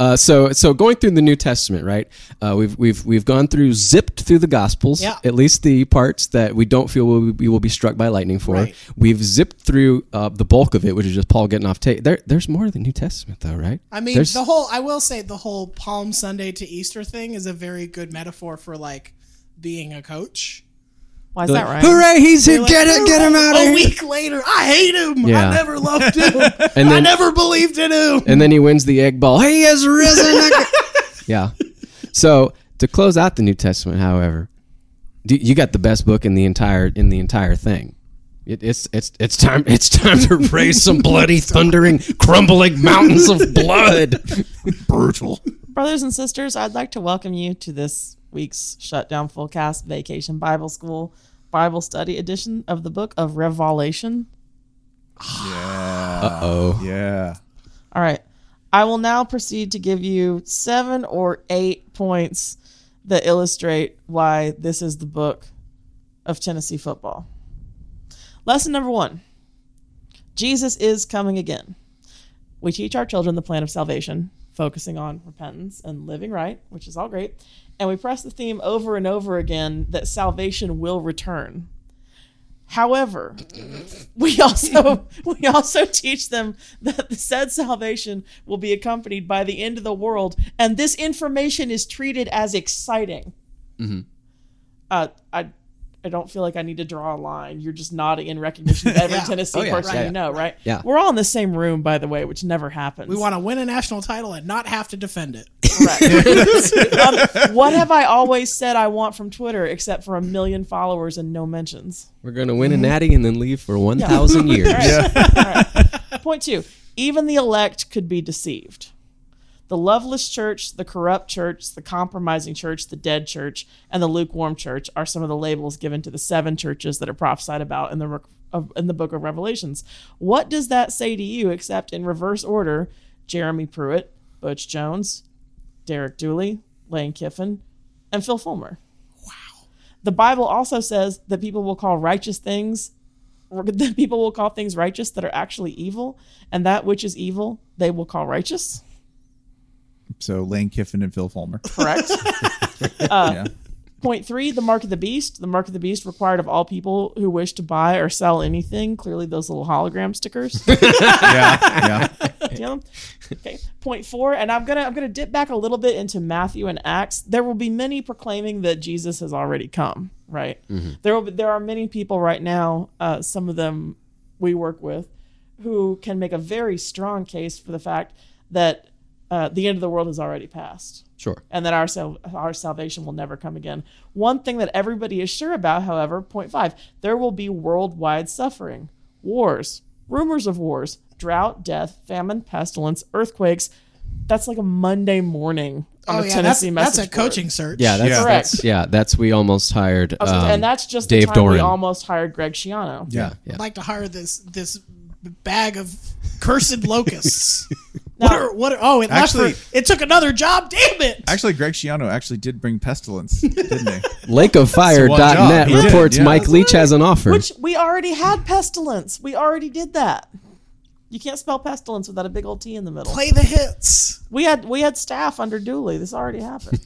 [SPEAKER 3] Uh, so so going through the New Testament, right? Uh, we've we've we've gone through zipped through the Gospels,
[SPEAKER 2] Yeah.
[SPEAKER 3] at least the parts that we don't feel we, we will be struck by lightning for.
[SPEAKER 2] Right.
[SPEAKER 3] We've zipped through uh, the bulk of it, which is just Paul getting off tape. There, there's more of the New Testament, though, right?
[SPEAKER 2] I mean,
[SPEAKER 3] There's-
[SPEAKER 2] the whole, I will say, the whole Palm Sunday to Easter thing is a very good metaphor for like being a coach.
[SPEAKER 4] Why is that right?
[SPEAKER 3] Hooray, he's here!
[SPEAKER 2] Like,
[SPEAKER 3] get it, get him out of
[SPEAKER 2] A
[SPEAKER 3] here!
[SPEAKER 2] week later, I hate him.
[SPEAKER 3] Yeah.
[SPEAKER 2] I never loved him.
[SPEAKER 3] And
[SPEAKER 2] I
[SPEAKER 3] then
[SPEAKER 2] never believed in him.
[SPEAKER 3] and then he wins the egg ball. He has risen. again. yeah. So to close out the New Testament, however, do- you got the best book in the entire in the entire thing. It, it's it's it's time it's time to raise some bloody thundering crumbling mountains of blood. Brutal.
[SPEAKER 4] Brothers and sisters, I'd like to welcome you to this week's Shutdown Fullcast Vacation Bible School Bible Study edition of the book of Revelation.
[SPEAKER 1] Yeah.
[SPEAKER 3] Oh,
[SPEAKER 1] Yeah.
[SPEAKER 4] All right. I will now proceed to give you seven or eight points that illustrate why this is the book of Tennessee football. Lesson number one Jesus is coming again. We teach our children the plan of salvation, focusing on repentance and living right, which is all great. And we press the theme over and over again that salvation will return. However, we also we also teach them that the said salvation will be accompanied by the end of the world, and this information is treated as exciting.
[SPEAKER 3] Mm-hmm.
[SPEAKER 4] Uh, I I don't feel like I need to draw a line. You're just nodding in recognition of every
[SPEAKER 2] Yeah.
[SPEAKER 4] Tennessee
[SPEAKER 3] Oh, yeah,
[SPEAKER 4] person
[SPEAKER 3] right.
[SPEAKER 4] you know, right?
[SPEAKER 3] Yeah.
[SPEAKER 4] We're all in the same room, by the way, which never happens.
[SPEAKER 2] We want to win a national title and not have to defend it.
[SPEAKER 4] Um, what have I always said I want from Twitter, except for a million followers and no mentions?
[SPEAKER 3] we're gonna win a natty and then leave for one thousand years.
[SPEAKER 4] Point two even the elect could be deceived. The loveless church, the corrupt church, the compromising church, the dead church, and the lukewarm church are some of the labels given to the seven churches that are prophesied about in the rec- of, in the book of Revelations. What does that say to you, except in reverse order? Jeremy Pruitt, Butch Jones, Derek Dooley, Lane Kiffin, and Phil Fulmer. The Bible also says that people will call righteous things that people will call things righteous that are actually evil, and that which is evil they will call righteous.
[SPEAKER 1] So Lane Kiffin and Phil Fulmer.
[SPEAKER 4] Correct.
[SPEAKER 1] yeah.
[SPEAKER 4] Point three, the mark of the beast. The mark of the beast required of all people who wish to buy or sell anything. Clearly, those little hologram stickers.
[SPEAKER 1] Yeah. Yeah.
[SPEAKER 4] Yeah. Okay. Point four, and I'm gonna I'm gonna dip back a little bit into Matthew and Acts. There will be many proclaiming that Jesus has already come. Right. There will be, there are many people right now. Uh, some of them we work with, who can make a very strong case for the fact that uh, the end of the world has already passed
[SPEAKER 3] Sure.
[SPEAKER 4] and that our sal- our salvation will never come again. One thing that everybody is sure about, however, point five, there will be worldwide suffering, wars, rumors of wars, drought, death, famine, pestilence, earthquakes. That's like a Monday morning on
[SPEAKER 2] oh
[SPEAKER 4] the
[SPEAKER 2] yeah,
[SPEAKER 4] Tennessee
[SPEAKER 2] that's,
[SPEAKER 4] message.
[SPEAKER 2] that's a
[SPEAKER 4] board.
[SPEAKER 2] coaching search.
[SPEAKER 3] Yeah, that's,
[SPEAKER 1] Yeah.
[SPEAKER 3] that's yeah, that's we almost hired
[SPEAKER 4] I was gonna-
[SPEAKER 3] um,
[SPEAKER 4] and that's just
[SPEAKER 3] Dave
[SPEAKER 4] the time we
[SPEAKER 3] Doran.
[SPEAKER 4] almost hired Greg Schiano.
[SPEAKER 1] Yeah.
[SPEAKER 3] yeah.
[SPEAKER 2] I'd like to hire this this bag of cursed locusts.
[SPEAKER 4] Now,
[SPEAKER 2] what are what? Are, oh, it
[SPEAKER 1] Actually-
[SPEAKER 2] actually it took another job. Damn it!
[SPEAKER 1] Actually, Greg Schiano actually did bring pestilence, didn't he? It's one job.
[SPEAKER 3] lakeoffire.net
[SPEAKER 1] He did,
[SPEAKER 3] reports
[SPEAKER 1] yeah.
[SPEAKER 3] Mike Leach has an offer.
[SPEAKER 4] which we already had pestilence. We already did that. You can't spell pestilence without a big old T in the middle.
[SPEAKER 2] Play the hits.
[SPEAKER 4] We had we had staff under Dooley. This already happened.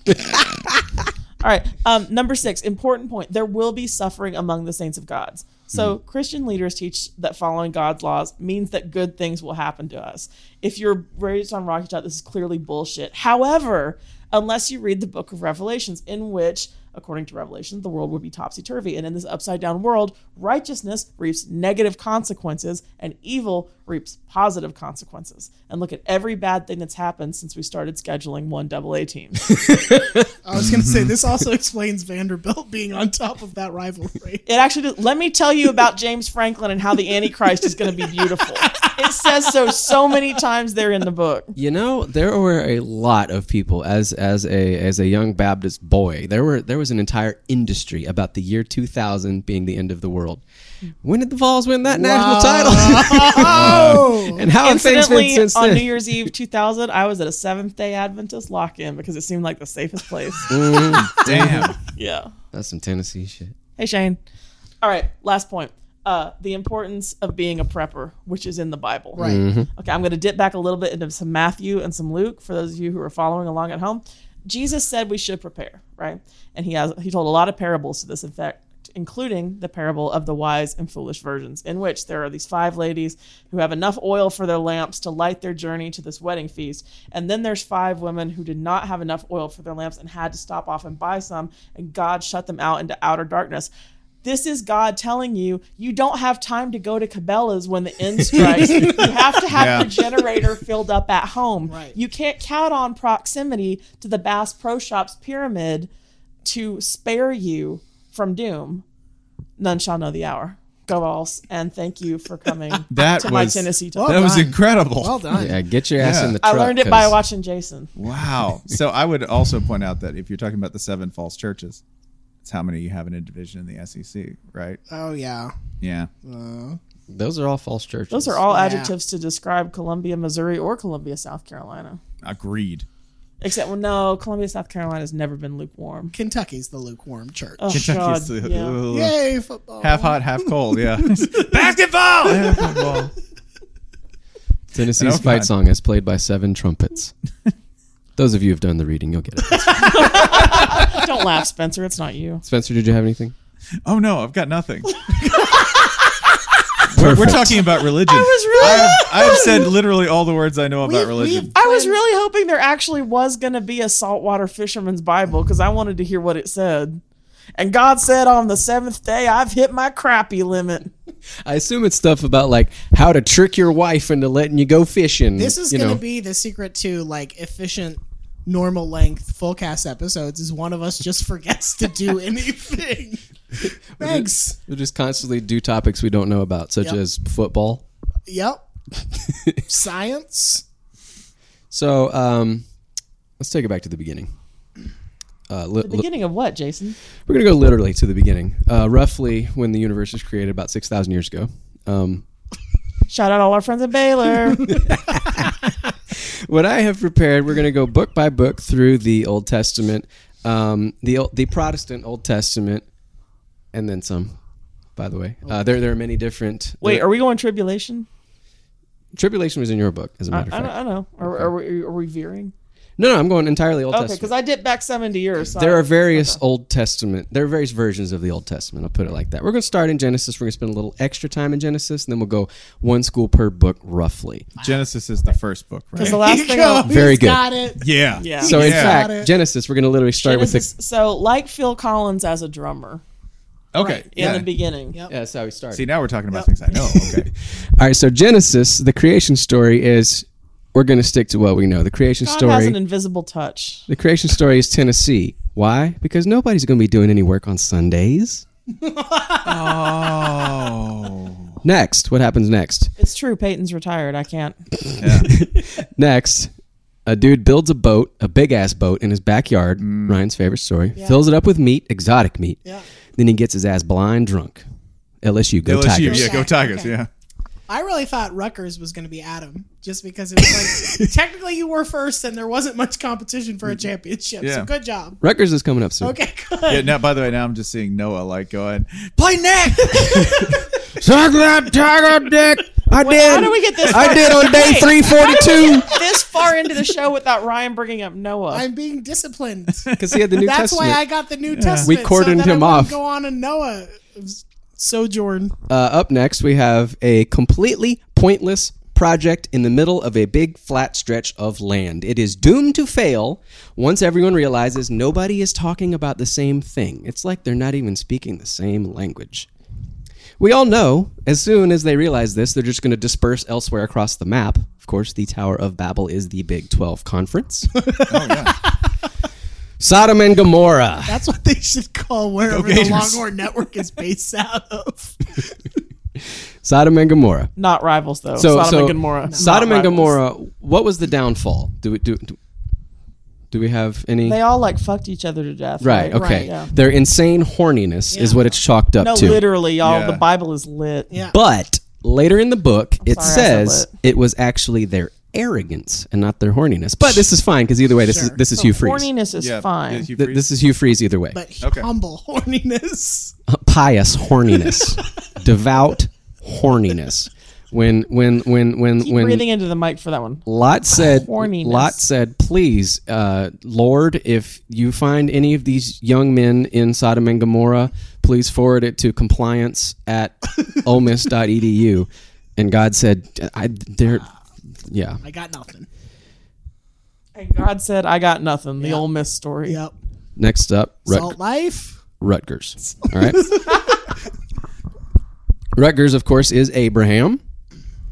[SPEAKER 4] All right. Um, number six, important point. There will be suffering among the saints of gods. So Christian leaders teach that following God's laws means that good things will happen to us. If you're raised on Rocky Top, this is clearly bullshit. However, unless you read the book of Revelations, in which, according to Revelation, the world would be topsy turvy. And in this upside down world, righteousness reaps negative consequences and evil reaps positive consequences. And look at every bad thing that's happened since we started scheduling one double A team.
[SPEAKER 2] I was gonna say this also explains Vanderbilt being on top of that rivalry.
[SPEAKER 4] It actually does. Let me tell you about James Franklin and how the Antichrist is going to be beautiful. It says so so many times there in the book.
[SPEAKER 3] You know, there were a lot of people as as a as a young Baptist boy. There were there was an entire industry about the year 2000 being the end of the world. When did the Vols win that national title? and how have things been
[SPEAKER 4] Incidentally,
[SPEAKER 3] since
[SPEAKER 4] on
[SPEAKER 3] then?
[SPEAKER 4] New Year's Eve 2000, I was at a Seventh Day Adventist lock-in because it seemed like the safest place.
[SPEAKER 3] Mm.
[SPEAKER 1] Damn.
[SPEAKER 4] yeah.
[SPEAKER 3] That's some Tennessee shit.
[SPEAKER 4] Hey Shane. All right. Last point. Uh, the importance of being a prepper, which is in the Bible.
[SPEAKER 2] Right.
[SPEAKER 4] Okay, I'm going to dip back a little bit into some Matthew and some Luke for those of you who are following along at home. Jesus said we should prepare, right? And he has he told a lot of parables to this effect, including the parable of the wise and foolish virgins, in which there are these five ladies who have enough oil for their lamps to light their journey to this wedding feast, and then there's five women who did not have enough oil for their lamps and had to stop off and buy some, and God shut them out into outer darkness. This is God telling you you don't have time to go to Cabela's when the end strikes. you have to have
[SPEAKER 1] Yeah.
[SPEAKER 4] your generator filled up at home.
[SPEAKER 2] Right.
[SPEAKER 4] You can't count on proximity to the Bass Pro Shops pyramid to spare you from doom. None shall know the hour. Go Vols, and thank you for coming
[SPEAKER 1] That
[SPEAKER 4] to my
[SPEAKER 1] was-
[SPEAKER 4] Tennessee
[SPEAKER 2] Well
[SPEAKER 4] talk.
[SPEAKER 1] That was
[SPEAKER 2] done.
[SPEAKER 1] incredible.
[SPEAKER 2] Well done.
[SPEAKER 3] Yeah, get your ass
[SPEAKER 1] Yeah.
[SPEAKER 3] in the
[SPEAKER 4] I
[SPEAKER 3] truck.
[SPEAKER 4] learned it by
[SPEAKER 3] 'cause-
[SPEAKER 4] watching Jason.
[SPEAKER 1] Wow. So I would also point out that if you're talking about the seven false churches, it's how many you have in a division in the SEC, right?
[SPEAKER 2] Oh yeah.
[SPEAKER 1] Yeah.
[SPEAKER 3] Those are all false churches.
[SPEAKER 4] Those are all
[SPEAKER 2] Yeah.
[SPEAKER 4] adjectives to describe Columbia, Missouri, or Columbia, South Carolina.
[SPEAKER 1] Agreed.
[SPEAKER 4] Except, well, no, Columbia, South Carolina has never been lukewarm.
[SPEAKER 2] Kentucky's the lukewarm church.
[SPEAKER 4] Oh,
[SPEAKER 1] Kentucky's
[SPEAKER 4] God,
[SPEAKER 1] the-
[SPEAKER 4] yeah.
[SPEAKER 1] ugh.
[SPEAKER 2] Yay football.
[SPEAKER 1] half hot, half cold. Yeah.
[SPEAKER 3] basketball.
[SPEAKER 1] Well,
[SPEAKER 3] Tennessee's
[SPEAKER 1] Oh,
[SPEAKER 3] fight
[SPEAKER 1] God.
[SPEAKER 3] song is played by seven trumpets. Those of you who've done the reading, you'll get it.
[SPEAKER 4] Don't laugh, Spencer. It's not you.
[SPEAKER 3] Spencer, did you have anything?
[SPEAKER 1] oh no, I've got nothing. We're, we're talking about religion. I
[SPEAKER 4] was really-
[SPEAKER 1] have, I have said literally all the words I know about
[SPEAKER 2] We- we-
[SPEAKER 1] religion.
[SPEAKER 4] I was really hoping there actually was going to be a saltwater fisherman's Bible because I wanted to hear what it said. And God said, On the seventh day, I've hit my crappie limit.
[SPEAKER 3] I assume it's stuff about like how to trick your wife into letting you go fishing.
[SPEAKER 2] This is
[SPEAKER 3] you
[SPEAKER 2] going
[SPEAKER 3] know.
[SPEAKER 2] to be the secret to like efficient, normal length, full cast episodes. Is one of us just forgets to do anything? Thanks.
[SPEAKER 3] We'll just constantly do topics we don't know about, such
[SPEAKER 2] Yep.
[SPEAKER 3] as football.
[SPEAKER 2] Yep. Science.
[SPEAKER 3] So um, let's take it back to the beginning. Uh, li- li-
[SPEAKER 4] Beginning of what, Jason?
[SPEAKER 3] we're going to go literally to the beginning, uh, roughly when the universe was created about 6,000 years ago. Um,
[SPEAKER 4] Shout out all our friends at Baylor.
[SPEAKER 3] what I have prepared, we're going to go book by book through the Old Testament, um, the Ol- the Protestant Old Testament, and then some. By the way, uh, there there are many different.
[SPEAKER 4] Wait, are we going tribulation?
[SPEAKER 3] tribulation was in your book, as a
[SPEAKER 4] I, I
[SPEAKER 3] matter of
[SPEAKER 4] don't,
[SPEAKER 3] fact.
[SPEAKER 4] I don't know. Are, are, we, are we veering?
[SPEAKER 3] No, no, I'm going entirely Old
[SPEAKER 4] Okay, because
[SPEAKER 3] Testament.
[SPEAKER 4] I dipped back 70 years. so
[SPEAKER 3] there
[SPEAKER 4] I-
[SPEAKER 3] are various Old Testament. There are various versions of the Old Testament. I'll put it like that. We're going to start in Genesis. We're going to spend a little extra time in Genesis, and then we'll go one school per book, roughly.
[SPEAKER 1] Genesis is the first book,
[SPEAKER 4] Because the
[SPEAKER 1] right?
[SPEAKER 4] last
[SPEAKER 2] Here
[SPEAKER 4] thing
[SPEAKER 2] you go.
[SPEAKER 4] I'll-
[SPEAKER 3] Very
[SPEAKER 2] He's
[SPEAKER 3] good.
[SPEAKER 2] Got it.
[SPEAKER 1] Yeah.
[SPEAKER 4] Yeah.
[SPEAKER 3] So in
[SPEAKER 1] Yeah.
[SPEAKER 3] fact,
[SPEAKER 2] Got it.
[SPEAKER 3] Genesis, we're going to literally start with
[SPEAKER 4] Genesis-
[SPEAKER 3] the.
[SPEAKER 4] so, like Phil Collins as a drummer
[SPEAKER 1] Okay.
[SPEAKER 4] in
[SPEAKER 1] yeah.
[SPEAKER 4] the beginning.
[SPEAKER 2] Yep.
[SPEAKER 3] Yeah, that's how we start.
[SPEAKER 1] See, now we're talking about things I know. Okay.
[SPEAKER 3] All right, so Genesis, the creation story is we're going to stick to what we know. The creation
[SPEAKER 4] God has
[SPEAKER 3] story,
[SPEAKER 4] an invisible touch.
[SPEAKER 3] the creation story is Tennessee. Why? Because nobody's going to be doing any work on Sundays.
[SPEAKER 1] oh.
[SPEAKER 3] Next, what happens next?
[SPEAKER 4] It's true. Peyton's retired. I can't.
[SPEAKER 1] Yeah.
[SPEAKER 3] Next, a dude builds a boat, a big ass boat in his backyard, Ryan's favorite story, fills it up with meat, exotic meat.
[SPEAKER 2] Yeah.
[SPEAKER 3] Then he gets his ass blind drunk. LSU, go Tigers.
[SPEAKER 1] yeah, go Tigers,
[SPEAKER 2] Okay.
[SPEAKER 1] yeah.
[SPEAKER 2] I really thought Rutgers was going to be Adam just because it was like technically you were first and there wasn't much competition for a championship.
[SPEAKER 1] Yeah.
[SPEAKER 2] So good job.
[SPEAKER 3] Rutgers is coming up soon.
[SPEAKER 2] Okay, good.
[SPEAKER 1] Yeah, now, by the way, now I'm just seeing Noah like going, play neck.
[SPEAKER 3] Suck that tiger dick. I did.
[SPEAKER 4] How do we get this? Far,
[SPEAKER 3] I did on day
[SPEAKER 4] Wait.
[SPEAKER 3] 342
[SPEAKER 4] this far into the show without Ryan bringing up Noah.
[SPEAKER 2] I'm being disciplined.
[SPEAKER 3] because he had the New
[SPEAKER 2] That's
[SPEAKER 3] Testament.
[SPEAKER 2] why I got the New Testament.
[SPEAKER 3] We cordoned
[SPEAKER 2] so that I
[SPEAKER 3] him
[SPEAKER 2] wouldn't
[SPEAKER 3] off.
[SPEAKER 2] Go on a Noah sojourn.
[SPEAKER 3] uh, up next, we have a completely pointless project in the middle of a big flat stretch of land. It is doomed to fail once everyone realizes nobody is talking about the same thing. It's like they're not even speaking the same language. We all know as soon as they realize this, they're just going to disperse elsewhere across the map. Of course, the Tower of Babel is the Big 12 conference. Sodom and Gomorrah.
[SPEAKER 2] That's what they should call wherever the
[SPEAKER 1] Gators.
[SPEAKER 2] Longhorn Network is based out of.
[SPEAKER 3] Sodom and Gomorrah.
[SPEAKER 4] not rivals though.
[SPEAKER 3] so
[SPEAKER 4] Sodom
[SPEAKER 3] so
[SPEAKER 4] and Gomorrah.
[SPEAKER 3] Sodom
[SPEAKER 4] Not
[SPEAKER 3] and
[SPEAKER 4] rivals.
[SPEAKER 3] Gomorrah. What was the downfall? Do we do? Do, do we have any?
[SPEAKER 4] They all like fucked each other to death.
[SPEAKER 3] right.
[SPEAKER 4] Right.
[SPEAKER 3] Okay.
[SPEAKER 2] right,
[SPEAKER 4] yeah.
[SPEAKER 3] Their insane horniness is what it's chalked up
[SPEAKER 4] No,
[SPEAKER 3] to.
[SPEAKER 4] literally, y'all.
[SPEAKER 1] Yeah.
[SPEAKER 4] The Bible is lit.
[SPEAKER 2] Yeah.
[SPEAKER 3] But later in the book, it
[SPEAKER 4] sorry, I said
[SPEAKER 3] says
[SPEAKER 4] lit.
[SPEAKER 3] it was actually their arrogance and not their horniness. But this is fine because either way, this is this is Hugh Freeze.
[SPEAKER 4] Horniness is
[SPEAKER 1] yeah,
[SPEAKER 4] fine.
[SPEAKER 1] yeah, Hugh
[SPEAKER 3] Th-
[SPEAKER 1] Freeze.
[SPEAKER 3] this is Hugh Freeze either way.
[SPEAKER 2] But
[SPEAKER 1] Okay.
[SPEAKER 2] humble horniness.
[SPEAKER 3] pious horniness, devout horniness. When when when when
[SPEAKER 4] Keep
[SPEAKER 3] when
[SPEAKER 4] breathing into the mic for that one.
[SPEAKER 3] Lot said,
[SPEAKER 4] Horniness.
[SPEAKER 3] Lot said, please, uh, Lord, if you find any of these young men in Sodom and Gomorrah, please forward it to compliance at omis.edu. And God said, I, they're, yeah.
[SPEAKER 2] I got nothing.
[SPEAKER 4] And God said, "I got nothing." The old Miss story.
[SPEAKER 2] Yep.
[SPEAKER 3] Next up, Rut-
[SPEAKER 2] Salt life.
[SPEAKER 3] Rutgers. All right. Rutgers, of course, is Abraham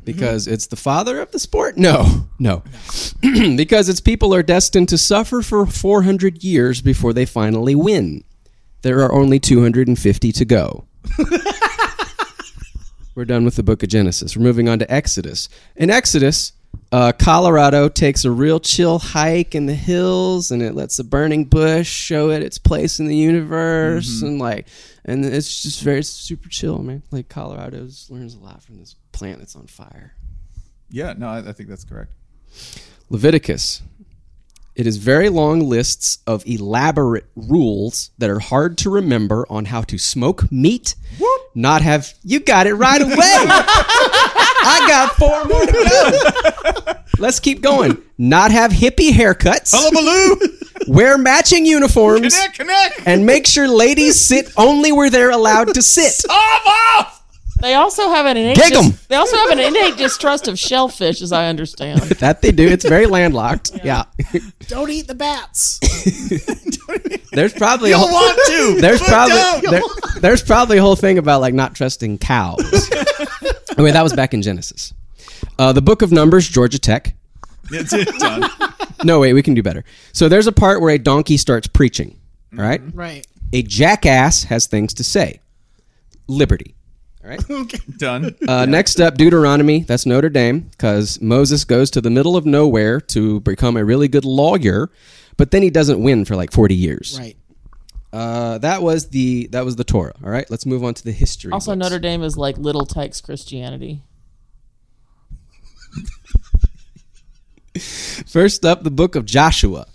[SPEAKER 3] because it's the father of the sport. No, no. because its people are destined to suffer for 400 years before they finally win. There are only 250 to go. We're done with the book of Genesis. We're moving on to Exodus. In Exodus, uh, Colorado takes a real chill hike in the hills and it lets the burning bush show it its place in the universe and like and it's just very it's super chill, man. Like Colorado just learns a lot from this plant that's on fire.
[SPEAKER 1] yeah, no, I, I think that's correct.
[SPEAKER 3] Leviticus. It is very long lists of elaborate rules that are hard to remember on how to smoke meat, not have. You got it right away. I got four more to go. Let's keep going. Not have hippie haircuts.
[SPEAKER 1] Hullabaloo!
[SPEAKER 3] Wear matching uniforms.
[SPEAKER 1] connect, connect!
[SPEAKER 3] And make sure ladies sit only where they're allowed to sit.
[SPEAKER 4] They also have an innate.
[SPEAKER 3] Kick 'em.
[SPEAKER 4] dis- they also have an innate distrust of shellfish, as I understand.
[SPEAKER 3] That they do. It's very landlocked. Yeah.
[SPEAKER 2] Don't eat the bats.
[SPEAKER 3] There's probably a whole-
[SPEAKER 1] Want to!
[SPEAKER 3] there's
[SPEAKER 1] Put down!
[SPEAKER 3] probably there- there's probably a whole thing about like not trusting cows. I mean, that was back in Genesis. Uh, the Book of Numbers, Georgia Tech.
[SPEAKER 1] It's it, done.
[SPEAKER 3] No, wait, we can do better. So there's a part where a donkey starts preaching. All right?
[SPEAKER 2] right.
[SPEAKER 3] a jackass has things to say. Liberty.
[SPEAKER 1] Done.
[SPEAKER 3] Uh, Next up, Deuteronomy. That's Notre Dame, because Moses goes to the middle of nowhere to become a really good lawyer, but then he doesn't win for like 40 years.
[SPEAKER 2] Right.
[SPEAKER 3] Uh, that was the that was the Torah. All right, let's move on to the history.
[SPEAKER 4] also,
[SPEAKER 3] books.
[SPEAKER 4] Notre Dame is like Little Tex Christianity.
[SPEAKER 3] First up, the book of Joshua.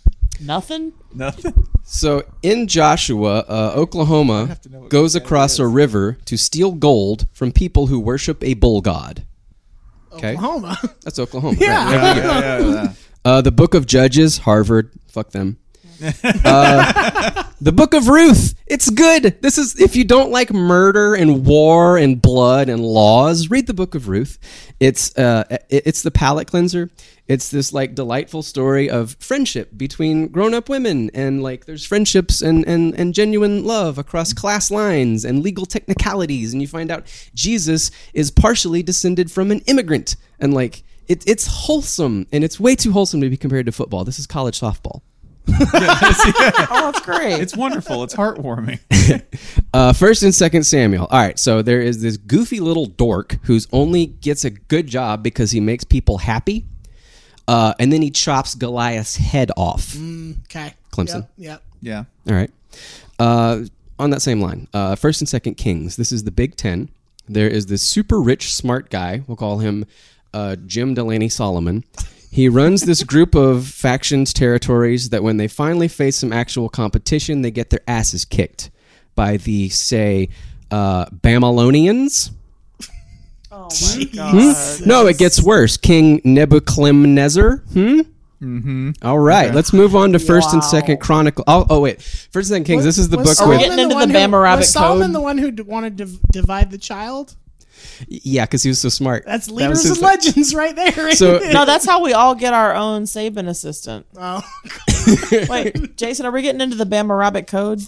[SPEAKER 4] Nothing.
[SPEAKER 1] Nothing.
[SPEAKER 3] So in Joshua, uh, Oklahoma goes across a river to steal gold from people who worship a bull god. Okay,
[SPEAKER 2] Oklahoma.
[SPEAKER 3] that's Oklahoma.
[SPEAKER 2] Yeah.
[SPEAKER 3] right.
[SPEAKER 1] Yeah, yeah, yeah.
[SPEAKER 3] Uh, the book of Judges, Harvard. Fuck them. Uh, the book of Ruth. It's good. This is if you don't like murder and war and blood and laws, read the book of Ruth. It's uh, it- it's the palate cleanser. It's this like delightful story of friendship between grown-up women and like there's friendships and and and genuine love across class lines and legal technicalities and you find out Jesus is partially descended from an immigrant and like it, it's wholesome and it's way too wholesome to be compared to football. This is college softball.
[SPEAKER 4] Oh, that's great.
[SPEAKER 1] It's wonderful. It's heartwarming.
[SPEAKER 3] Uh, first and second Samuel. All right, so there is this goofy little dork who's only gets a good job because he makes people happy. Uh, and then he chops Goliath's head off.
[SPEAKER 2] Okay.
[SPEAKER 3] Clemson.
[SPEAKER 2] Yep. yep.
[SPEAKER 1] Yeah.
[SPEAKER 3] All right. Uh, on that same line, uh, first and second Kings. This is the Big Ten. There is this super rich, smart guy. We'll call him uh, Jim Delaney Solomon. He runs this group of factions, territories that when they finally face some actual competition, they get their asses kicked by the, say, uh, Babylonians.
[SPEAKER 4] Oh my god.
[SPEAKER 3] No, it gets worse. King Nebuchadnezzar. Hmm. Mm-hmm. right, let's move on to First and
[SPEAKER 4] Wow.
[SPEAKER 3] Second Chronicle. Oh, oh wait, First and Second Kings. this is the
[SPEAKER 2] Was
[SPEAKER 3] book
[SPEAKER 4] Are we
[SPEAKER 3] with
[SPEAKER 2] Solomon
[SPEAKER 4] getting into
[SPEAKER 2] one
[SPEAKER 4] the
[SPEAKER 2] who-
[SPEAKER 4] Bama Rabbit
[SPEAKER 2] Was Solomon
[SPEAKER 4] Code?
[SPEAKER 2] the one who d- wanted to div- divide the child?
[SPEAKER 3] Yeah, because he was so smart.
[SPEAKER 2] That's
[SPEAKER 3] That
[SPEAKER 2] leaders
[SPEAKER 3] was his
[SPEAKER 2] and legends right there.
[SPEAKER 3] So-
[SPEAKER 4] No, that's how we all get our own Saban assistant.
[SPEAKER 2] Oh,
[SPEAKER 4] Wait, Jason, are we getting into the Bama Rabbit Code?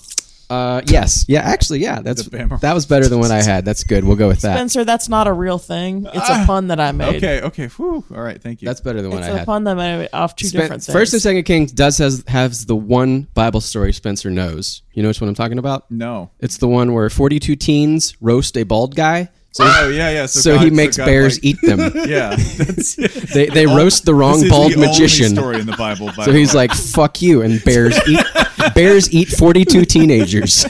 [SPEAKER 3] Uh, yes. Yeah. Actually, yeah. That's
[SPEAKER 1] The Bama-
[SPEAKER 3] that was better than what I had. That's good. We'll go with that.
[SPEAKER 4] Spencer, that's not a real thing. It's a pun that I made.
[SPEAKER 1] Okay. Okay. Whew. All right. Thank you.
[SPEAKER 3] That's better than what
[SPEAKER 4] It's
[SPEAKER 3] I
[SPEAKER 4] a eh?
[SPEAKER 3] had.
[SPEAKER 4] pun that I made off two
[SPEAKER 3] Spen-
[SPEAKER 4] different things.
[SPEAKER 3] First and Second Kings does has has the one Bible story Spencer knows. You know which one I'm talking about?
[SPEAKER 1] no.
[SPEAKER 3] It's the one where 42 teens roast a bald guy, so,
[SPEAKER 1] Oh yeah. Yeah. So,
[SPEAKER 3] so he
[SPEAKER 1] God-
[SPEAKER 3] makes
[SPEAKER 1] God,
[SPEAKER 3] bears
[SPEAKER 1] like-
[SPEAKER 3] eat them.
[SPEAKER 1] Yeah. That's
[SPEAKER 3] They they roast the
[SPEAKER 1] this
[SPEAKER 3] wrong
[SPEAKER 1] is
[SPEAKER 3] bald
[SPEAKER 1] the only
[SPEAKER 3] magician.
[SPEAKER 1] story in the Bible. by
[SPEAKER 3] So
[SPEAKER 1] the
[SPEAKER 3] he's
[SPEAKER 1] way.
[SPEAKER 3] like, "Fuck you!" And bears eat bears eat 42 teenagers,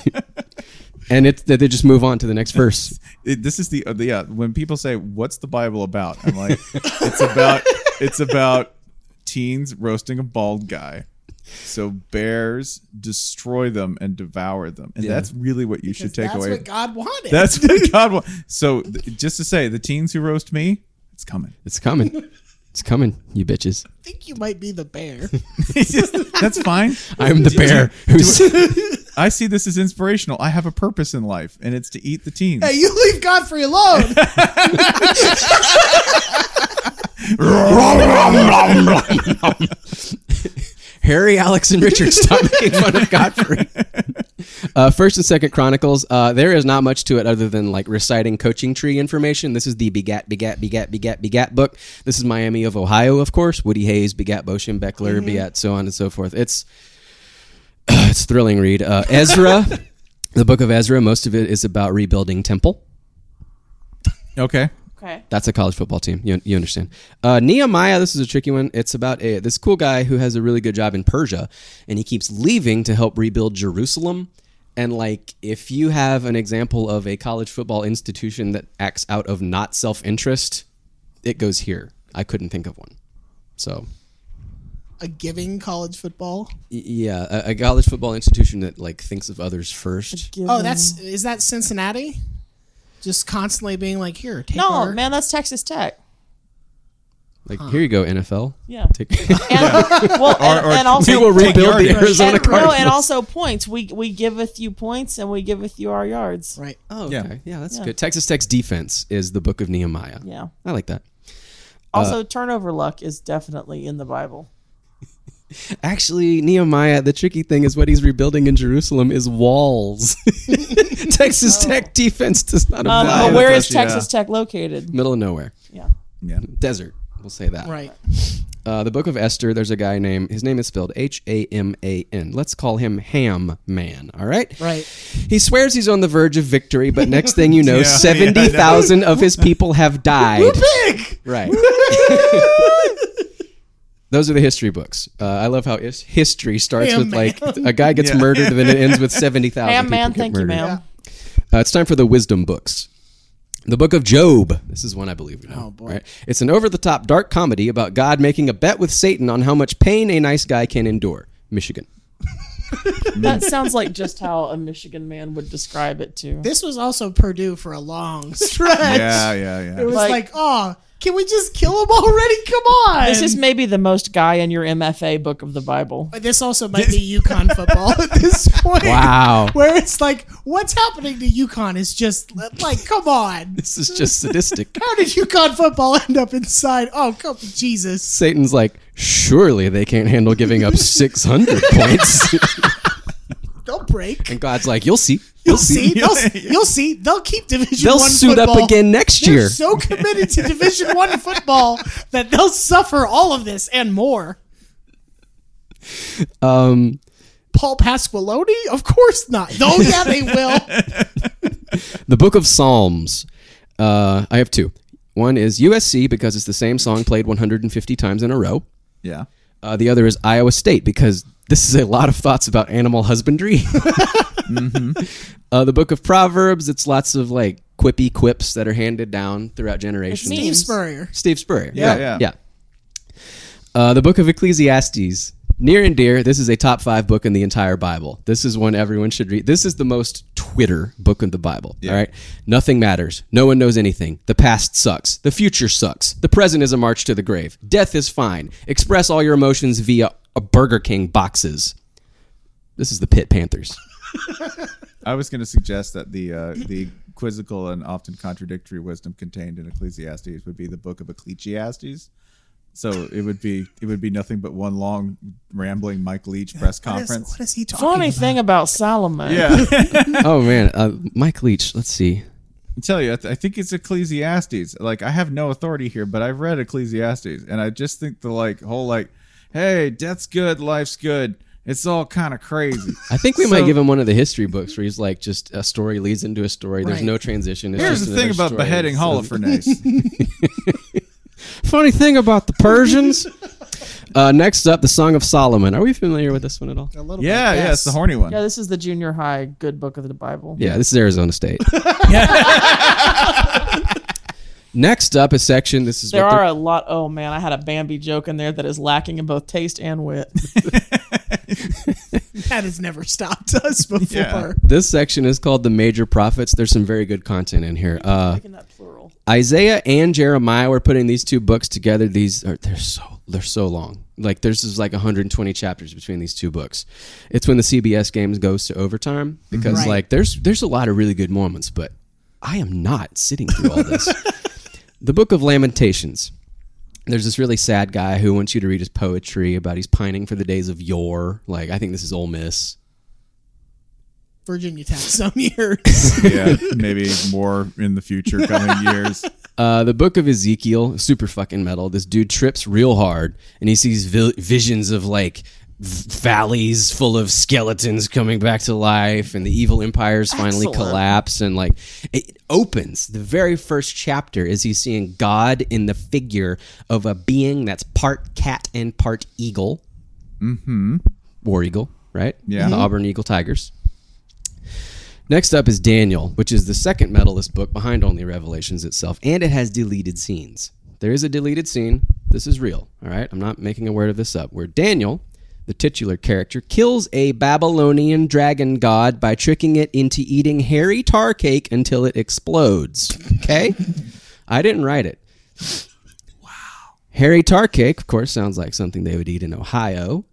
[SPEAKER 3] and it's they they just move on to the next verse.
[SPEAKER 1] it, this is the, uh, the yeah when people say what's the bible about i'm like it's about it's about teens roasting a bald guy so bears destroy them and devour them and that's really what you should take
[SPEAKER 2] that's
[SPEAKER 1] away
[SPEAKER 2] what God wanted.
[SPEAKER 1] that's what god wants so th- just to say the teens who roast me it's coming
[SPEAKER 3] It's coming. It's coming, you bitches.
[SPEAKER 2] I think you might be the bear.
[SPEAKER 1] It's just- that's fine
[SPEAKER 3] I'm the bear who's
[SPEAKER 1] i see this as inspirational i have a purpose in life and it's to eat the teens
[SPEAKER 2] hey, you leave Godfrey alone.
[SPEAKER 3] Harry, Alex, and Richard. Stop making fun of Godfrey. Uh, First and Second Chronicles. Uh, there is not much to it other than like reciting coaching tree information. This is the begat, begat, begat, begat, begat book. This is Miami of Ohio, of course. Woody Hayes begat Boschem Beckler, begat so on and so forth. It's it's a thrilling read. Uh, Ezra, the book of Ezra. Most of it is about rebuilding temple.
[SPEAKER 1] okay
[SPEAKER 4] okay.
[SPEAKER 3] That's a college football team. You, you understand. Uh, Nehemiah, this is a tricky one. It's about a, this cool guy who has a really good job in Persia and he keeps leaving to help rebuild Jerusalem. And, like, if you have an example of a college football institution that acts out of not self interest, it goes here. I couldn't think of one. So,
[SPEAKER 2] a giving college football.
[SPEAKER 3] y- yeah, a, a college football institution that, like, thinks of others first.
[SPEAKER 2] Oh, that's is that Cincinnati? Just constantly being like, here, take
[SPEAKER 4] no,
[SPEAKER 2] our-
[SPEAKER 4] man. That's Texas Tech.
[SPEAKER 3] Like, here you go, NFL.
[SPEAKER 4] Yeah.
[SPEAKER 3] Take-
[SPEAKER 4] And, well, and, and also
[SPEAKER 3] we will
[SPEAKER 1] take
[SPEAKER 3] rebuild the
[SPEAKER 1] yardage.
[SPEAKER 3] Arizona
[SPEAKER 4] and, no,
[SPEAKER 3] Cardinals.
[SPEAKER 4] and also points. We we giveth you points and we giveth you our yards.
[SPEAKER 2] Right.
[SPEAKER 3] Oh, okay.
[SPEAKER 1] Yeah.
[SPEAKER 3] Yeah, that's good. Texas Tech's defense is the book of Nehemiah.
[SPEAKER 4] Yeah.
[SPEAKER 3] I like that.
[SPEAKER 4] Also, turnover luck is definitely in the Bible.
[SPEAKER 3] Actually, Nehemiah, the tricky thing is what he's rebuilding in Jerusalem is walls. Texas Tech defense does not
[SPEAKER 4] Um,
[SPEAKER 3] apply.
[SPEAKER 4] but where is
[SPEAKER 1] that's-
[SPEAKER 4] Texas Tech located?
[SPEAKER 3] Middle of nowhere.
[SPEAKER 4] Yeah.
[SPEAKER 1] yeah
[SPEAKER 3] Desert. We'll say that.
[SPEAKER 2] Right.
[SPEAKER 3] Uh, the book of Esther, there's a guy named, his name is spelled H A M A N. Let's call him Ham Man, all right?
[SPEAKER 2] Right.
[SPEAKER 3] He swears he's on the verge of victory, but next thing you know,
[SPEAKER 1] Yeah, yeah, I know.
[SPEAKER 3] 70,000 of his people have died.
[SPEAKER 2] Big.
[SPEAKER 3] Right. Those are the history books. Uh, I love how is- history starts
[SPEAKER 2] Ham
[SPEAKER 3] with
[SPEAKER 2] man.
[SPEAKER 3] like a guy gets murdered and then it ends with 70,000
[SPEAKER 4] Ham
[SPEAKER 3] people
[SPEAKER 4] man,
[SPEAKER 3] get
[SPEAKER 4] thank you,
[SPEAKER 3] murdered.
[SPEAKER 4] ma'am.
[SPEAKER 3] Uh, it's time for the wisdom books. The Book of Job. This is one I believe. We know, oh boy! It's an over-the-top dark comedy about God making a bet with Satan on how much pain a nice guy can endure. Michigan.
[SPEAKER 4] That sounds like just how a Michigan man would describe it too.
[SPEAKER 2] This was also Purdue for a long stretch.
[SPEAKER 1] yeah yeah
[SPEAKER 2] It
[SPEAKER 1] yeah
[SPEAKER 2] was
[SPEAKER 4] Like-
[SPEAKER 2] like, oh, can we just kill him already? Come on.
[SPEAKER 4] This is maybe the most guy in your MFA book of the Bible.
[SPEAKER 2] But this also might be UConn football at this point.
[SPEAKER 3] Wow.
[SPEAKER 2] Where it's like, what's happening to UConn is just like, come on.
[SPEAKER 3] This is just sadistic.
[SPEAKER 2] How did UConn football end up inside? Oh, come Jesus.
[SPEAKER 3] Satan's like, surely they can't handle giving up 600 points.
[SPEAKER 2] They'll break.
[SPEAKER 3] and God's like, you'll see.
[SPEAKER 2] You'll see.
[SPEAKER 1] Yeah,
[SPEAKER 2] They'll,
[SPEAKER 1] yeah.
[SPEAKER 2] You'll see. They'll keep Division
[SPEAKER 3] They'll
[SPEAKER 2] One
[SPEAKER 3] suit
[SPEAKER 2] football.
[SPEAKER 3] up again next
[SPEAKER 2] They're
[SPEAKER 3] year.
[SPEAKER 2] so committed to Division One football that they'll suffer all of this and more.
[SPEAKER 3] um,
[SPEAKER 2] Paul Pasqualoni? Of course not. No, yeah, they will.
[SPEAKER 3] The Book of Psalms. Uh, I have two. One is USC because it's the same song played 150 times in a row.
[SPEAKER 1] Yeah.
[SPEAKER 3] Uh, the other is Iowa State because this is a lot of thoughts about animal husbandry.
[SPEAKER 2] Mm-hmm.
[SPEAKER 3] uh, the Book of Proverbs. It's lots of like quippy quips that are handed down throughout generations.
[SPEAKER 2] Steve Spurrier.
[SPEAKER 3] Steve Spurrier.
[SPEAKER 1] Yeah,
[SPEAKER 3] right,
[SPEAKER 1] yeah.
[SPEAKER 3] Uh, the Book of Ecclesiastes. Near and dear, this is a top five book in the entire Bible. This is one everyone should read. This is the most Twitter book in the Bible. All right. Nothing matters. No one knows anything. The past sucks. The future sucks. The present is a march to the grave. Death is fine. Express all your emotions via a Burger King boxes. This is the Pit Panthers.
[SPEAKER 1] I was going to suggest that the uh, the quizzical and often contradictory wisdom contained in Ecclesiastes would be the book of Ecclesiastes. So it would be it would be nothing but one long rambling Mike Leach press
[SPEAKER 2] What is,
[SPEAKER 1] conference.
[SPEAKER 2] what is he talking
[SPEAKER 4] Funny
[SPEAKER 2] about?
[SPEAKER 4] thing about Solomon.
[SPEAKER 1] Yeah,
[SPEAKER 3] oh man, uh, Mike Leach. Let's see.
[SPEAKER 1] I tell you, I, th- I think it's Ecclesiastes. Like I have no authority here, but I've read Ecclesiastes, and I just think the like whole like, hey, death's good, life's good. It's all kind of crazy.
[SPEAKER 3] I think we
[SPEAKER 1] So-
[SPEAKER 3] might give him one of the history books where he's like, just a story leads into a story. There's
[SPEAKER 2] Right.
[SPEAKER 3] no transition. It's
[SPEAKER 1] Here's
[SPEAKER 3] just
[SPEAKER 1] the thing
[SPEAKER 3] another
[SPEAKER 1] about
[SPEAKER 3] story.
[SPEAKER 1] beheading
[SPEAKER 3] It's-
[SPEAKER 1] Holofernes.
[SPEAKER 3] Funny thing about the Persians. uh, next up, the Song of Solomon. Are we familiar with this one at all?
[SPEAKER 2] A little
[SPEAKER 1] yeah,
[SPEAKER 2] bit.
[SPEAKER 1] yeah, it's the horny one.
[SPEAKER 4] Yeah, this is the junior high good book of the Bible.
[SPEAKER 3] Yeah, this is Arizona State. next up, a section. This is
[SPEAKER 4] There
[SPEAKER 3] what the-
[SPEAKER 4] are a lot. Oh man, I had a Bambi joke in there that is lacking in both taste and wit.
[SPEAKER 2] That has never stopped us before.
[SPEAKER 1] Yeah.
[SPEAKER 3] this section is called the major prophets. There's some very good content in here. Uh,
[SPEAKER 4] Making that plural.
[SPEAKER 3] Isaiah and Jeremiah were putting these two books together. These are they're so they're so long. Like there's just like 120 chapters between these two books. It's when the CBS games goes to overtime because
[SPEAKER 2] Right.
[SPEAKER 3] like there's there's a lot of really good moments, but I am not sitting through all this. the Book of Lamentations. There's this really sad guy who wants you to read his poetry about he's pining for the days of yore. Like I think this is Ole Miss.
[SPEAKER 2] Virginia Tech some years.
[SPEAKER 1] yeah, maybe more in the future coming years.
[SPEAKER 3] Uh, the book of Ezekiel, super fucking metal. This dude trips real hard and he sees vil- visions of like v- valleys full of skeletons coming back to life and the evil empires finally
[SPEAKER 4] Excellent.
[SPEAKER 3] collapse and like it opens the very first chapter is he seeing god in the figure of a being that's part cat and part eagle mm-hmm war eagle right
[SPEAKER 1] Yeah.
[SPEAKER 3] the auburn eagle tigers Next up is Daniel, which is the second medalist book behind only Revelations itself, and it has deleted scenes. There is a deleted scene. This is real, all right? I'm not making a word of this up. Where Daniel, the titular character, kills a Babylonian dragon god by tricking it into eating hairy tar cake until it explodes. Okay? I didn't write it. Wow. Hairy tar cake, of course, sounds like something they would eat in Ohio.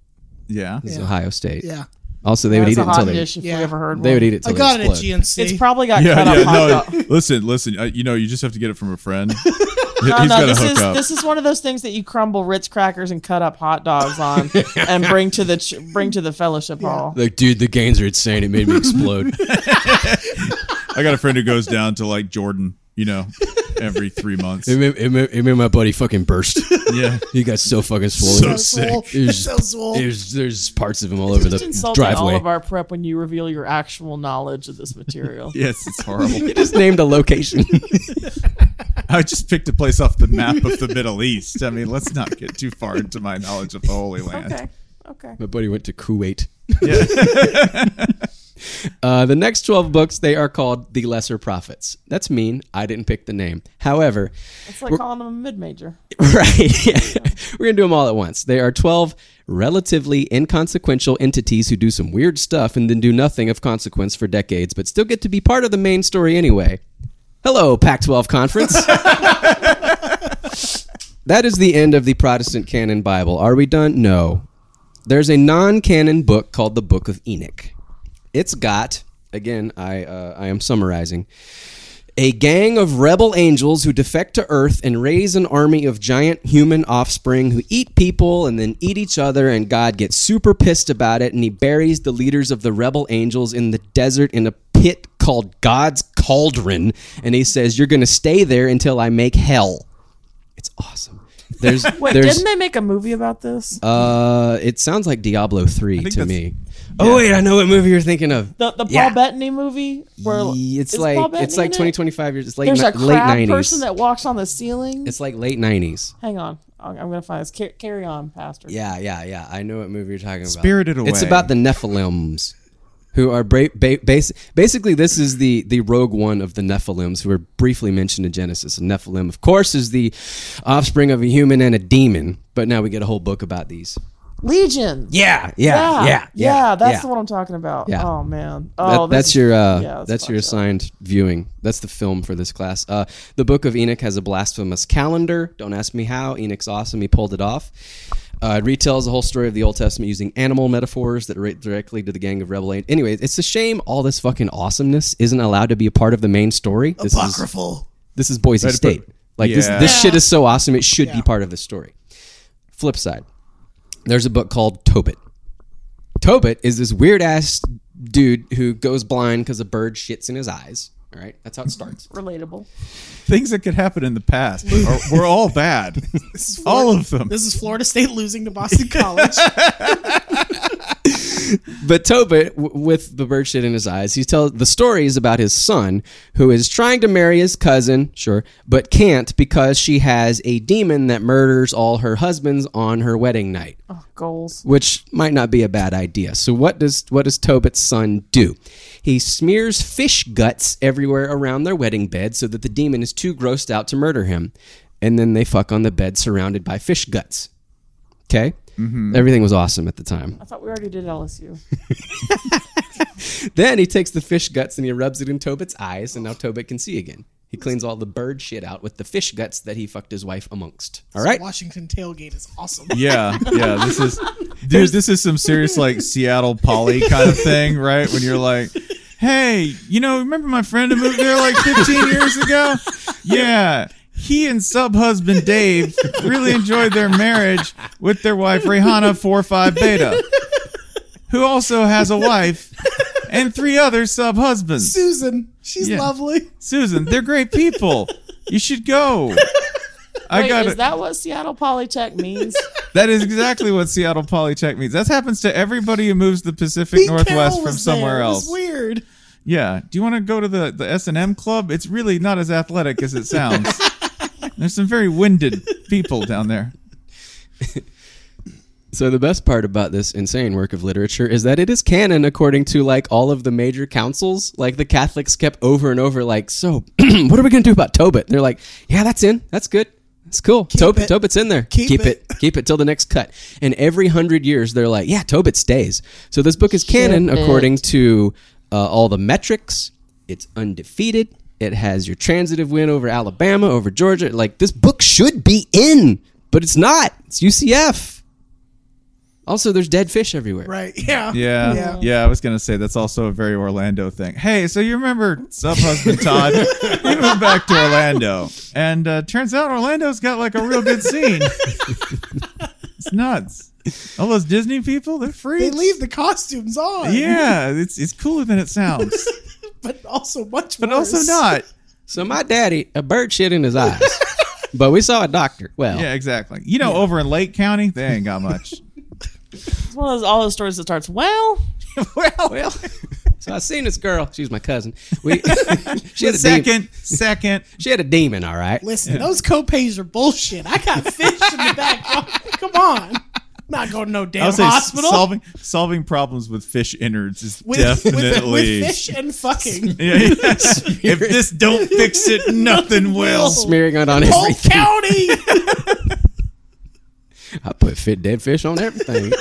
[SPEAKER 1] Yeah.
[SPEAKER 3] It's Ohio State.
[SPEAKER 2] yeah.
[SPEAKER 3] Also, they would
[SPEAKER 4] That's
[SPEAKER 3] eat it
[SPEAKER 4] a
[SPEAKER 3] until
[SPEAKER 4] hot
[SPEAKER 3] they,
[SPEAKER 4] dish if
[SPEAKER 2] Yeah.
[SPEAKER 4] we ever heard
[SPEAKER 3] they
[SPEAKER 4] one.
[SPEAKER 3] would eat it.
[SPEAKER 2] I
[SPEAKER 3] Till they
[SPEAKER 2] got it at
[SPEAKER 3] explode.
[SPEAKER 2] GNC.
[SPEAKER 4] It's probably got
[SPEAKER 1] Yeah,
[SPEAKER 4] cut up
[SPEAKER 1] yeah,
[SPEAKER 4] hot dog.
[SPEAKER 1] no. Listen, listen. Uh, you know, you just have to get it from a friend. He-
[SPEAKER 4] No,
[SPEAKER 1] He's
[SPEAKER 4] no,
[SPEAKER 1] got to
[SPEAKER 4] this
[SPEAKER 1] hook
[SPEAKER 4] is
[SPEAKER 1] up.
[SPEAKER 4] this is one of those things that you crumble Ritz crackers and cut up hot dogs on and bring to the ch- bring to the fellowship hall.
[SPEAKER 3] Like, dude, the gains are insane. It made me explode.
[SPEAKER 1] I got a friend who goes down to like Jordan, you know, every three months.
[SPEAKER 3] it, made, it, made, it made my buddy fucking burst.
[SPEAKER 1] yeah.
[SPEAKER 3] He got so fucking
[SPEAKER 1] So
[SPEAKER 3] swollen.
[SPEAKER 1] sick.
[SPEAKER 3] It was-
[SPEAKER 2] so swole.
[SPEAKER 3] there's, there's parts of him all over
[SPEAKER 4] Just
[SPEAKER 3] the
[SPEAKER 4] insulting all
[SPEAKER 3] driveway.
[SPEAKER 4] of our prep when you reveal your actual knowledge of this material.
[SPEAKER 1] Yes, it's horrible.
[SPEAKER 3] Just named a location.
[SPEAKER 1] I just picked a place off the map of the Middle East. I mean, let's not get too far into my knowledge of the Holy Land.
[SPEAKER 4] Okay, okay.
[SPEAKER 3] my buddy went to Kuwait. uh, the next 12 books, they are called The Lesser Prophets. That's mean. I didn't pick the name. However,
[SPEAKER 4] It's like calling them a mid major.
[SPEAKER 3] Right. Yeah. We're going to do them all at once. They are 12 relatively inconsequential entities who do some weird stuff and then do nothing of consequence for decades, but still get to be part of the main story anyway. Hello, Pac 12 Conference. that is the end of the Protestant Canon Bible. Are we done? No. There's a non canon book called the Book of Enoch. It's got, again, I, uh, I am summarizing. A gang of rebel angels who defect to Earth and raise an army of giant human offspring who eat people and then eat each other, and God gets super pissed about it and he buries the leaders of the rebel angels in the desert in a pit called God's Cauldron. And he says, You're going to stay there until I make hell. It's awesome. There's,
[SPEAKER 4] Wait,
[SPEAKER 3] there's,
[SPEAKER 4] didn't they make a movie about this?
[SPEAKER 3] uh, it sounds like Diablo three
[SPEAKER 1] think
[SPEAKER 3] to
[SPEAKER 1] that's-
[SPEAKER 3] me. Oh wait, I know what movie you're thinking of.
[SPEAKER 4] the the Paul
[SPEAKER 3] yeah.
[SPEAKER 4] Bettany movie where
[SPEAKER 3] Ye- it's
[SPEAKER 4] is
[SPEAKER 3] like
[SPEAKER 4] Paul Bettany
[SPEAKER 3] it's like
[SPEAKER 4] in it?
[SPEAKER 3] 20, 25 years. It's late
[SPEAKER 4] There's
[SPEAKER 3] ni-
[SPEAKER 4] a
[SPEAKER 3] late
[SPEAKER 4] crab person
[SPEAKER 3] nineties.
[SPEAKER 4] that walks on the ceiling.
[SPEAKER 3] It's like late nineties.
[SPEAKER 4] Hang on, I'm gonna find this. Car- carry on, Pastor.
[SPEAKER 3] Yeah, yeah, yeah. I know what movie you're talking about.
[SPEAKER 1] Spirited Away.
[SPEAKER 3] It's about the Nephilims, who are bra- ba- basi- basically this is the the rogue one of the Nephilims, who are briefly mentioned in Genesis. And Nephilim, of course, is the offspring of a human and a demon. But now we get a whole book about these.
[SPEAKER 4] Legion.
[SPEAKER 3] Yeah, yeah, yeah, yeah.
[SPEAKER 4] yeah, that's
[SPEAKER 3] yeah.
[SPEAKER 4] the one I'm talking about.
[SPEAKER 3] Yeah.
[SPEAKER 4] Oh man.
[SPEAKER 3] That-
[SPEAKER 4] Oh, this
[SPEAKER 3] that's
[SPEAKER 4] is-
[SPEAKER 3] your uh,
[SPEAKER 4] yeah,
[SPEAKER 3] that's,
[SPEAKER 4] that's
[SPEAKER 3] your
[SPEAKER 4] fucked up.
[SPEAKER 3] assigned viewing. That's the film for this class. Uh, the Book of Enoch has a blasphemous calendar. Don't ask me how. Enoch's awesome. He pulled it off. Uh, it retells the whole story of the Old Testament using animal metaphors that relate directly to the Gang of Revelation. Anyway, it's a shame all this fucking awesomeness isn't allowed to be a part of the main story. This is
[SPEAKER 2] Apocryphal.
[SPEAKER 3] this is Boise
[SPEAKER 1] Right, but-
[SPEAKER 3] State. Like this
[SPEAKER 1] Yeah.
[SPEAKER 3] this shit is so awesome. It should be
[SPEAKER 2] Yeah.
[SPEAKER 3] part of the story. Flip side, there's a book called Tobit. Tobit is this weird ass dude who goes blind because a bird shits in his eyes. All right, that's how it starts.
[SPEAKER 4] relatable.
[SPEAKER 1] things that could happen in the past. are, we're all bad. all of them.
[SPEAKER 2] This is Florida State losing to Boston College.
[SPEAKER 3] but Tobit, w- with the bird shit in his eyes, he tells the story is about his son who is trying to marry his cousin, sure, but can't because she has a demon that murders all her husbands on her wedding night.
[SPEAKER 4] Oh, Goals.
[SPEAKER 3] which might not be a bad idea. So what does what does Tobit's son do? He smears fish guts everywhere around their wedding bed so that the demon is too grossed out to murder him. And then they fuck on the bed surrounded by fish guts. Okay? Everything was awesome at the time.
[SPEAKER 4] I thought we already did LSU.
[SPEAKER 3] Then he takes the fish guts and he rubs it in Tobit's eyes, and now Tobit can see again. He cleans all the bird shit out with the fish guts that he fucked his wife amongst. All right?
[SPEAKER 2] Washington tailgate is awesome.
[SPEAKER 1] Yeah, yeah. This is, dude. This is some serious like Seattle Poly kind of thing, right? When you're like, hey, you know, remember my friend who moved there like 15 years ago? Yeah. He and sub husband Dave really enjoyed their marriage with their wife Rihanna Four Five Beta, who also has a wife and three other sub husbands.
[SPEAKER 2] Susan, she's
[SPEAKER 1] Yeah.
[SPEAKER 2] lovely.
[SPEAKER 1] Susan, they're great people. You should go. I
[SPEAKER 4] Wait,
[SPEAKER 1] got
[SPEAKER 4] is
[SPEAKER 1] it.
[SPEAKER 4] that what Seattle Polytech means?
[SPEAKER 1] that is exactly what Seattle Polytech means. That happens to everybody who moves the Pacific
[SPEAKER 2] Pete
[SPEAKER 1] Northwest
[SPEAKER 2] Carroll
[SPEAKER 1] from
[SPEAKER 2] was
[SPEAKER 1] somewhere
[SPEAKER 2] there. It was
[SPEAKER 1] else.
[SPEAKER 2] weird.
[SPEAKER 1] Yeah. Do you want to go to the the S and M club? It's really not as athletic as it sounds. There's some very winded people down there.
[SPEAKER 3] So the best part about this insane work of literature is that it is canon according to like all of the major councils. Like the Catholics kept over and over like, so what are we gonna do about Tobit? They're like, yeah, that's in, that's good, that's cool. Tobit,
[SPEAKER 2] it.
[SPEAKER 3] Tobit's in there.
[SPEAKER 2] Keep
[SPEAKER 3] it.
[SPEAKER 2] it.
[SPEAKER 3] keep it till the next cut. And every hundred years, they're like, yeah, Tobit stays. So this book is canon
[SPEAKER 4] Ship it.
[SPEAKER 3] according to uh, all the metrics. It's undefeated. It has your transitive win over Alabama, over Georgia. Like this book should be in, but it's not. It's UCF. Also, there's dead fish everywhere.
[SPEAKER 2] Right. Yeah.
[SPEAKER 1] Yeah, yeah.
[SPEAKER 2] Yeah.
[SPEAKER 1] I was gonna say that's also a very Orlando thing. Hey, so you remember sub husband Todd? he moved back to Orlando, and uh, turns out Orlando's got like a real good scene. it's nuts. All those Disney people, they're free.
[SPEAKER 2] They leave the costumes on.
[SPEAKER 1] Yeah, it's it's cooler than it sounds,
[SPEAKER 2] But also much
[SPEAKER 1] but
[SPEAKER 2] worse.
[SPEAKER 1] also not.
[SPEAKER 3] So my daddy, a bird shit in his eyes, but we saw a doctor. Well,
[SPEAKER 1] Yeah, exactly. You know, over in Lake County, they ain't got much.
[SPEAKER 4] It's one of those all those stories that starts. Well,
[SPEAKER 3] well. So I seen this girl. She's my cousin. We she had a Demon.
[SPEAKER 1] second, second.
[SPEAKER 3] She had a demon. All right.
[SPEAKER 2] Listen, those copays are bullshit. I got fish in the backyard. Come on. Not going to no
[SPEAKER 1] I
[SPEAKER 2] damn
[SPEAKER 1] would say
[SPEAKER 2] hospital.
[SPEAKER 1] solving solving problems with fish innards is
[SPEAKER 2] with, with,
[SPEAKER 1] definitely
[SPEAKER 2] with fish and fucking.
[SPEAKER 1] Yeah, yeah. if this don't fix it, nothing will.
[SPEAKER 3] Smearing it on
[SPEAKER 2] Polk
[SPEAKER 3] everything.
[SPEAKER 2] County.
[SPEAKER 3] I put fit dead fish on everything.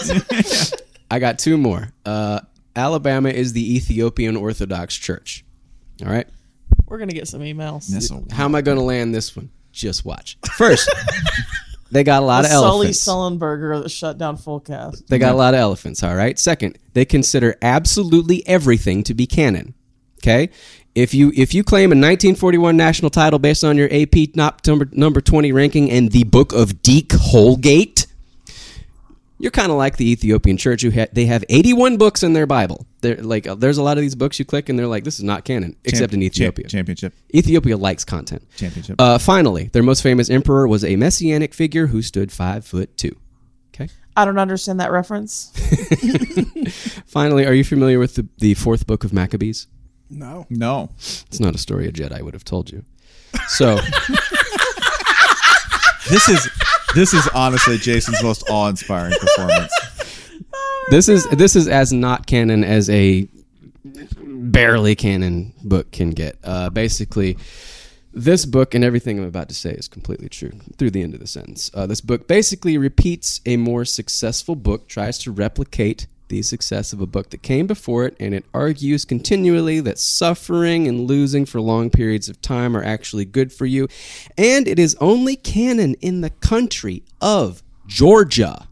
[SPEAKER 3] I got two more. Uh, Alabama is the Ethiopian Orthodox Church. All right.
[SPEAKER 4] we're gonna get some emails.
[SPEAKER 3] How am I going to land this one? Just watch. First, they got a lot of
[SPEAKER 4] Sully
[SPEAKER 3] elephants.
[SPEAKER 4] Sullenberger that shut down Fullcast.
[SPEAKER 3] They got a lot of elephants, all right? Second, they consider absolutely everything to be canon. Okay? If you if you claim a 1941 national title based on your AP top number number 20 ranking and the Book of Deke Holgate, you're kind of like the Ethiopian church who ha- they have 81 books in their Bible. They're like uh, there's a lot of these books you click and they're like this is not canon except in Ethiopia.
[SPEAKER 1] Championship.
[SPEAKER 3] Ethiopia likes content.
[SPEAKER 1] Championship.
[SPEAKER 3] Uh, finally, their most famous emperor was a messianic figure who stood 5 foot 2. Okay?
[SPEAKER 4] I don't understand that reference.
[SPEAKER 3] Finally, are you familiar with the, the fourth book of Maccabees?
[SPEAKER 2] no.
[SPEAKER 1] no.
[SPEAKER 3] It's not a story a Jedi would have told you. So
[SPEAKER 1] This is This is honestly Jason's most awe-inspiring performance.
[SPEAKER 3] This is this is as not canon as a barely canon book can get. Uh, basically, this book and everything I'm about to say is completely true through the end of the sentence. Uh, this book basically repeats a more successful book, tries to replicate the success of a book that came before it, and it argues continually that suffering and losing for long periods of time are actually good for you. And it is only canon in the country of Georgia.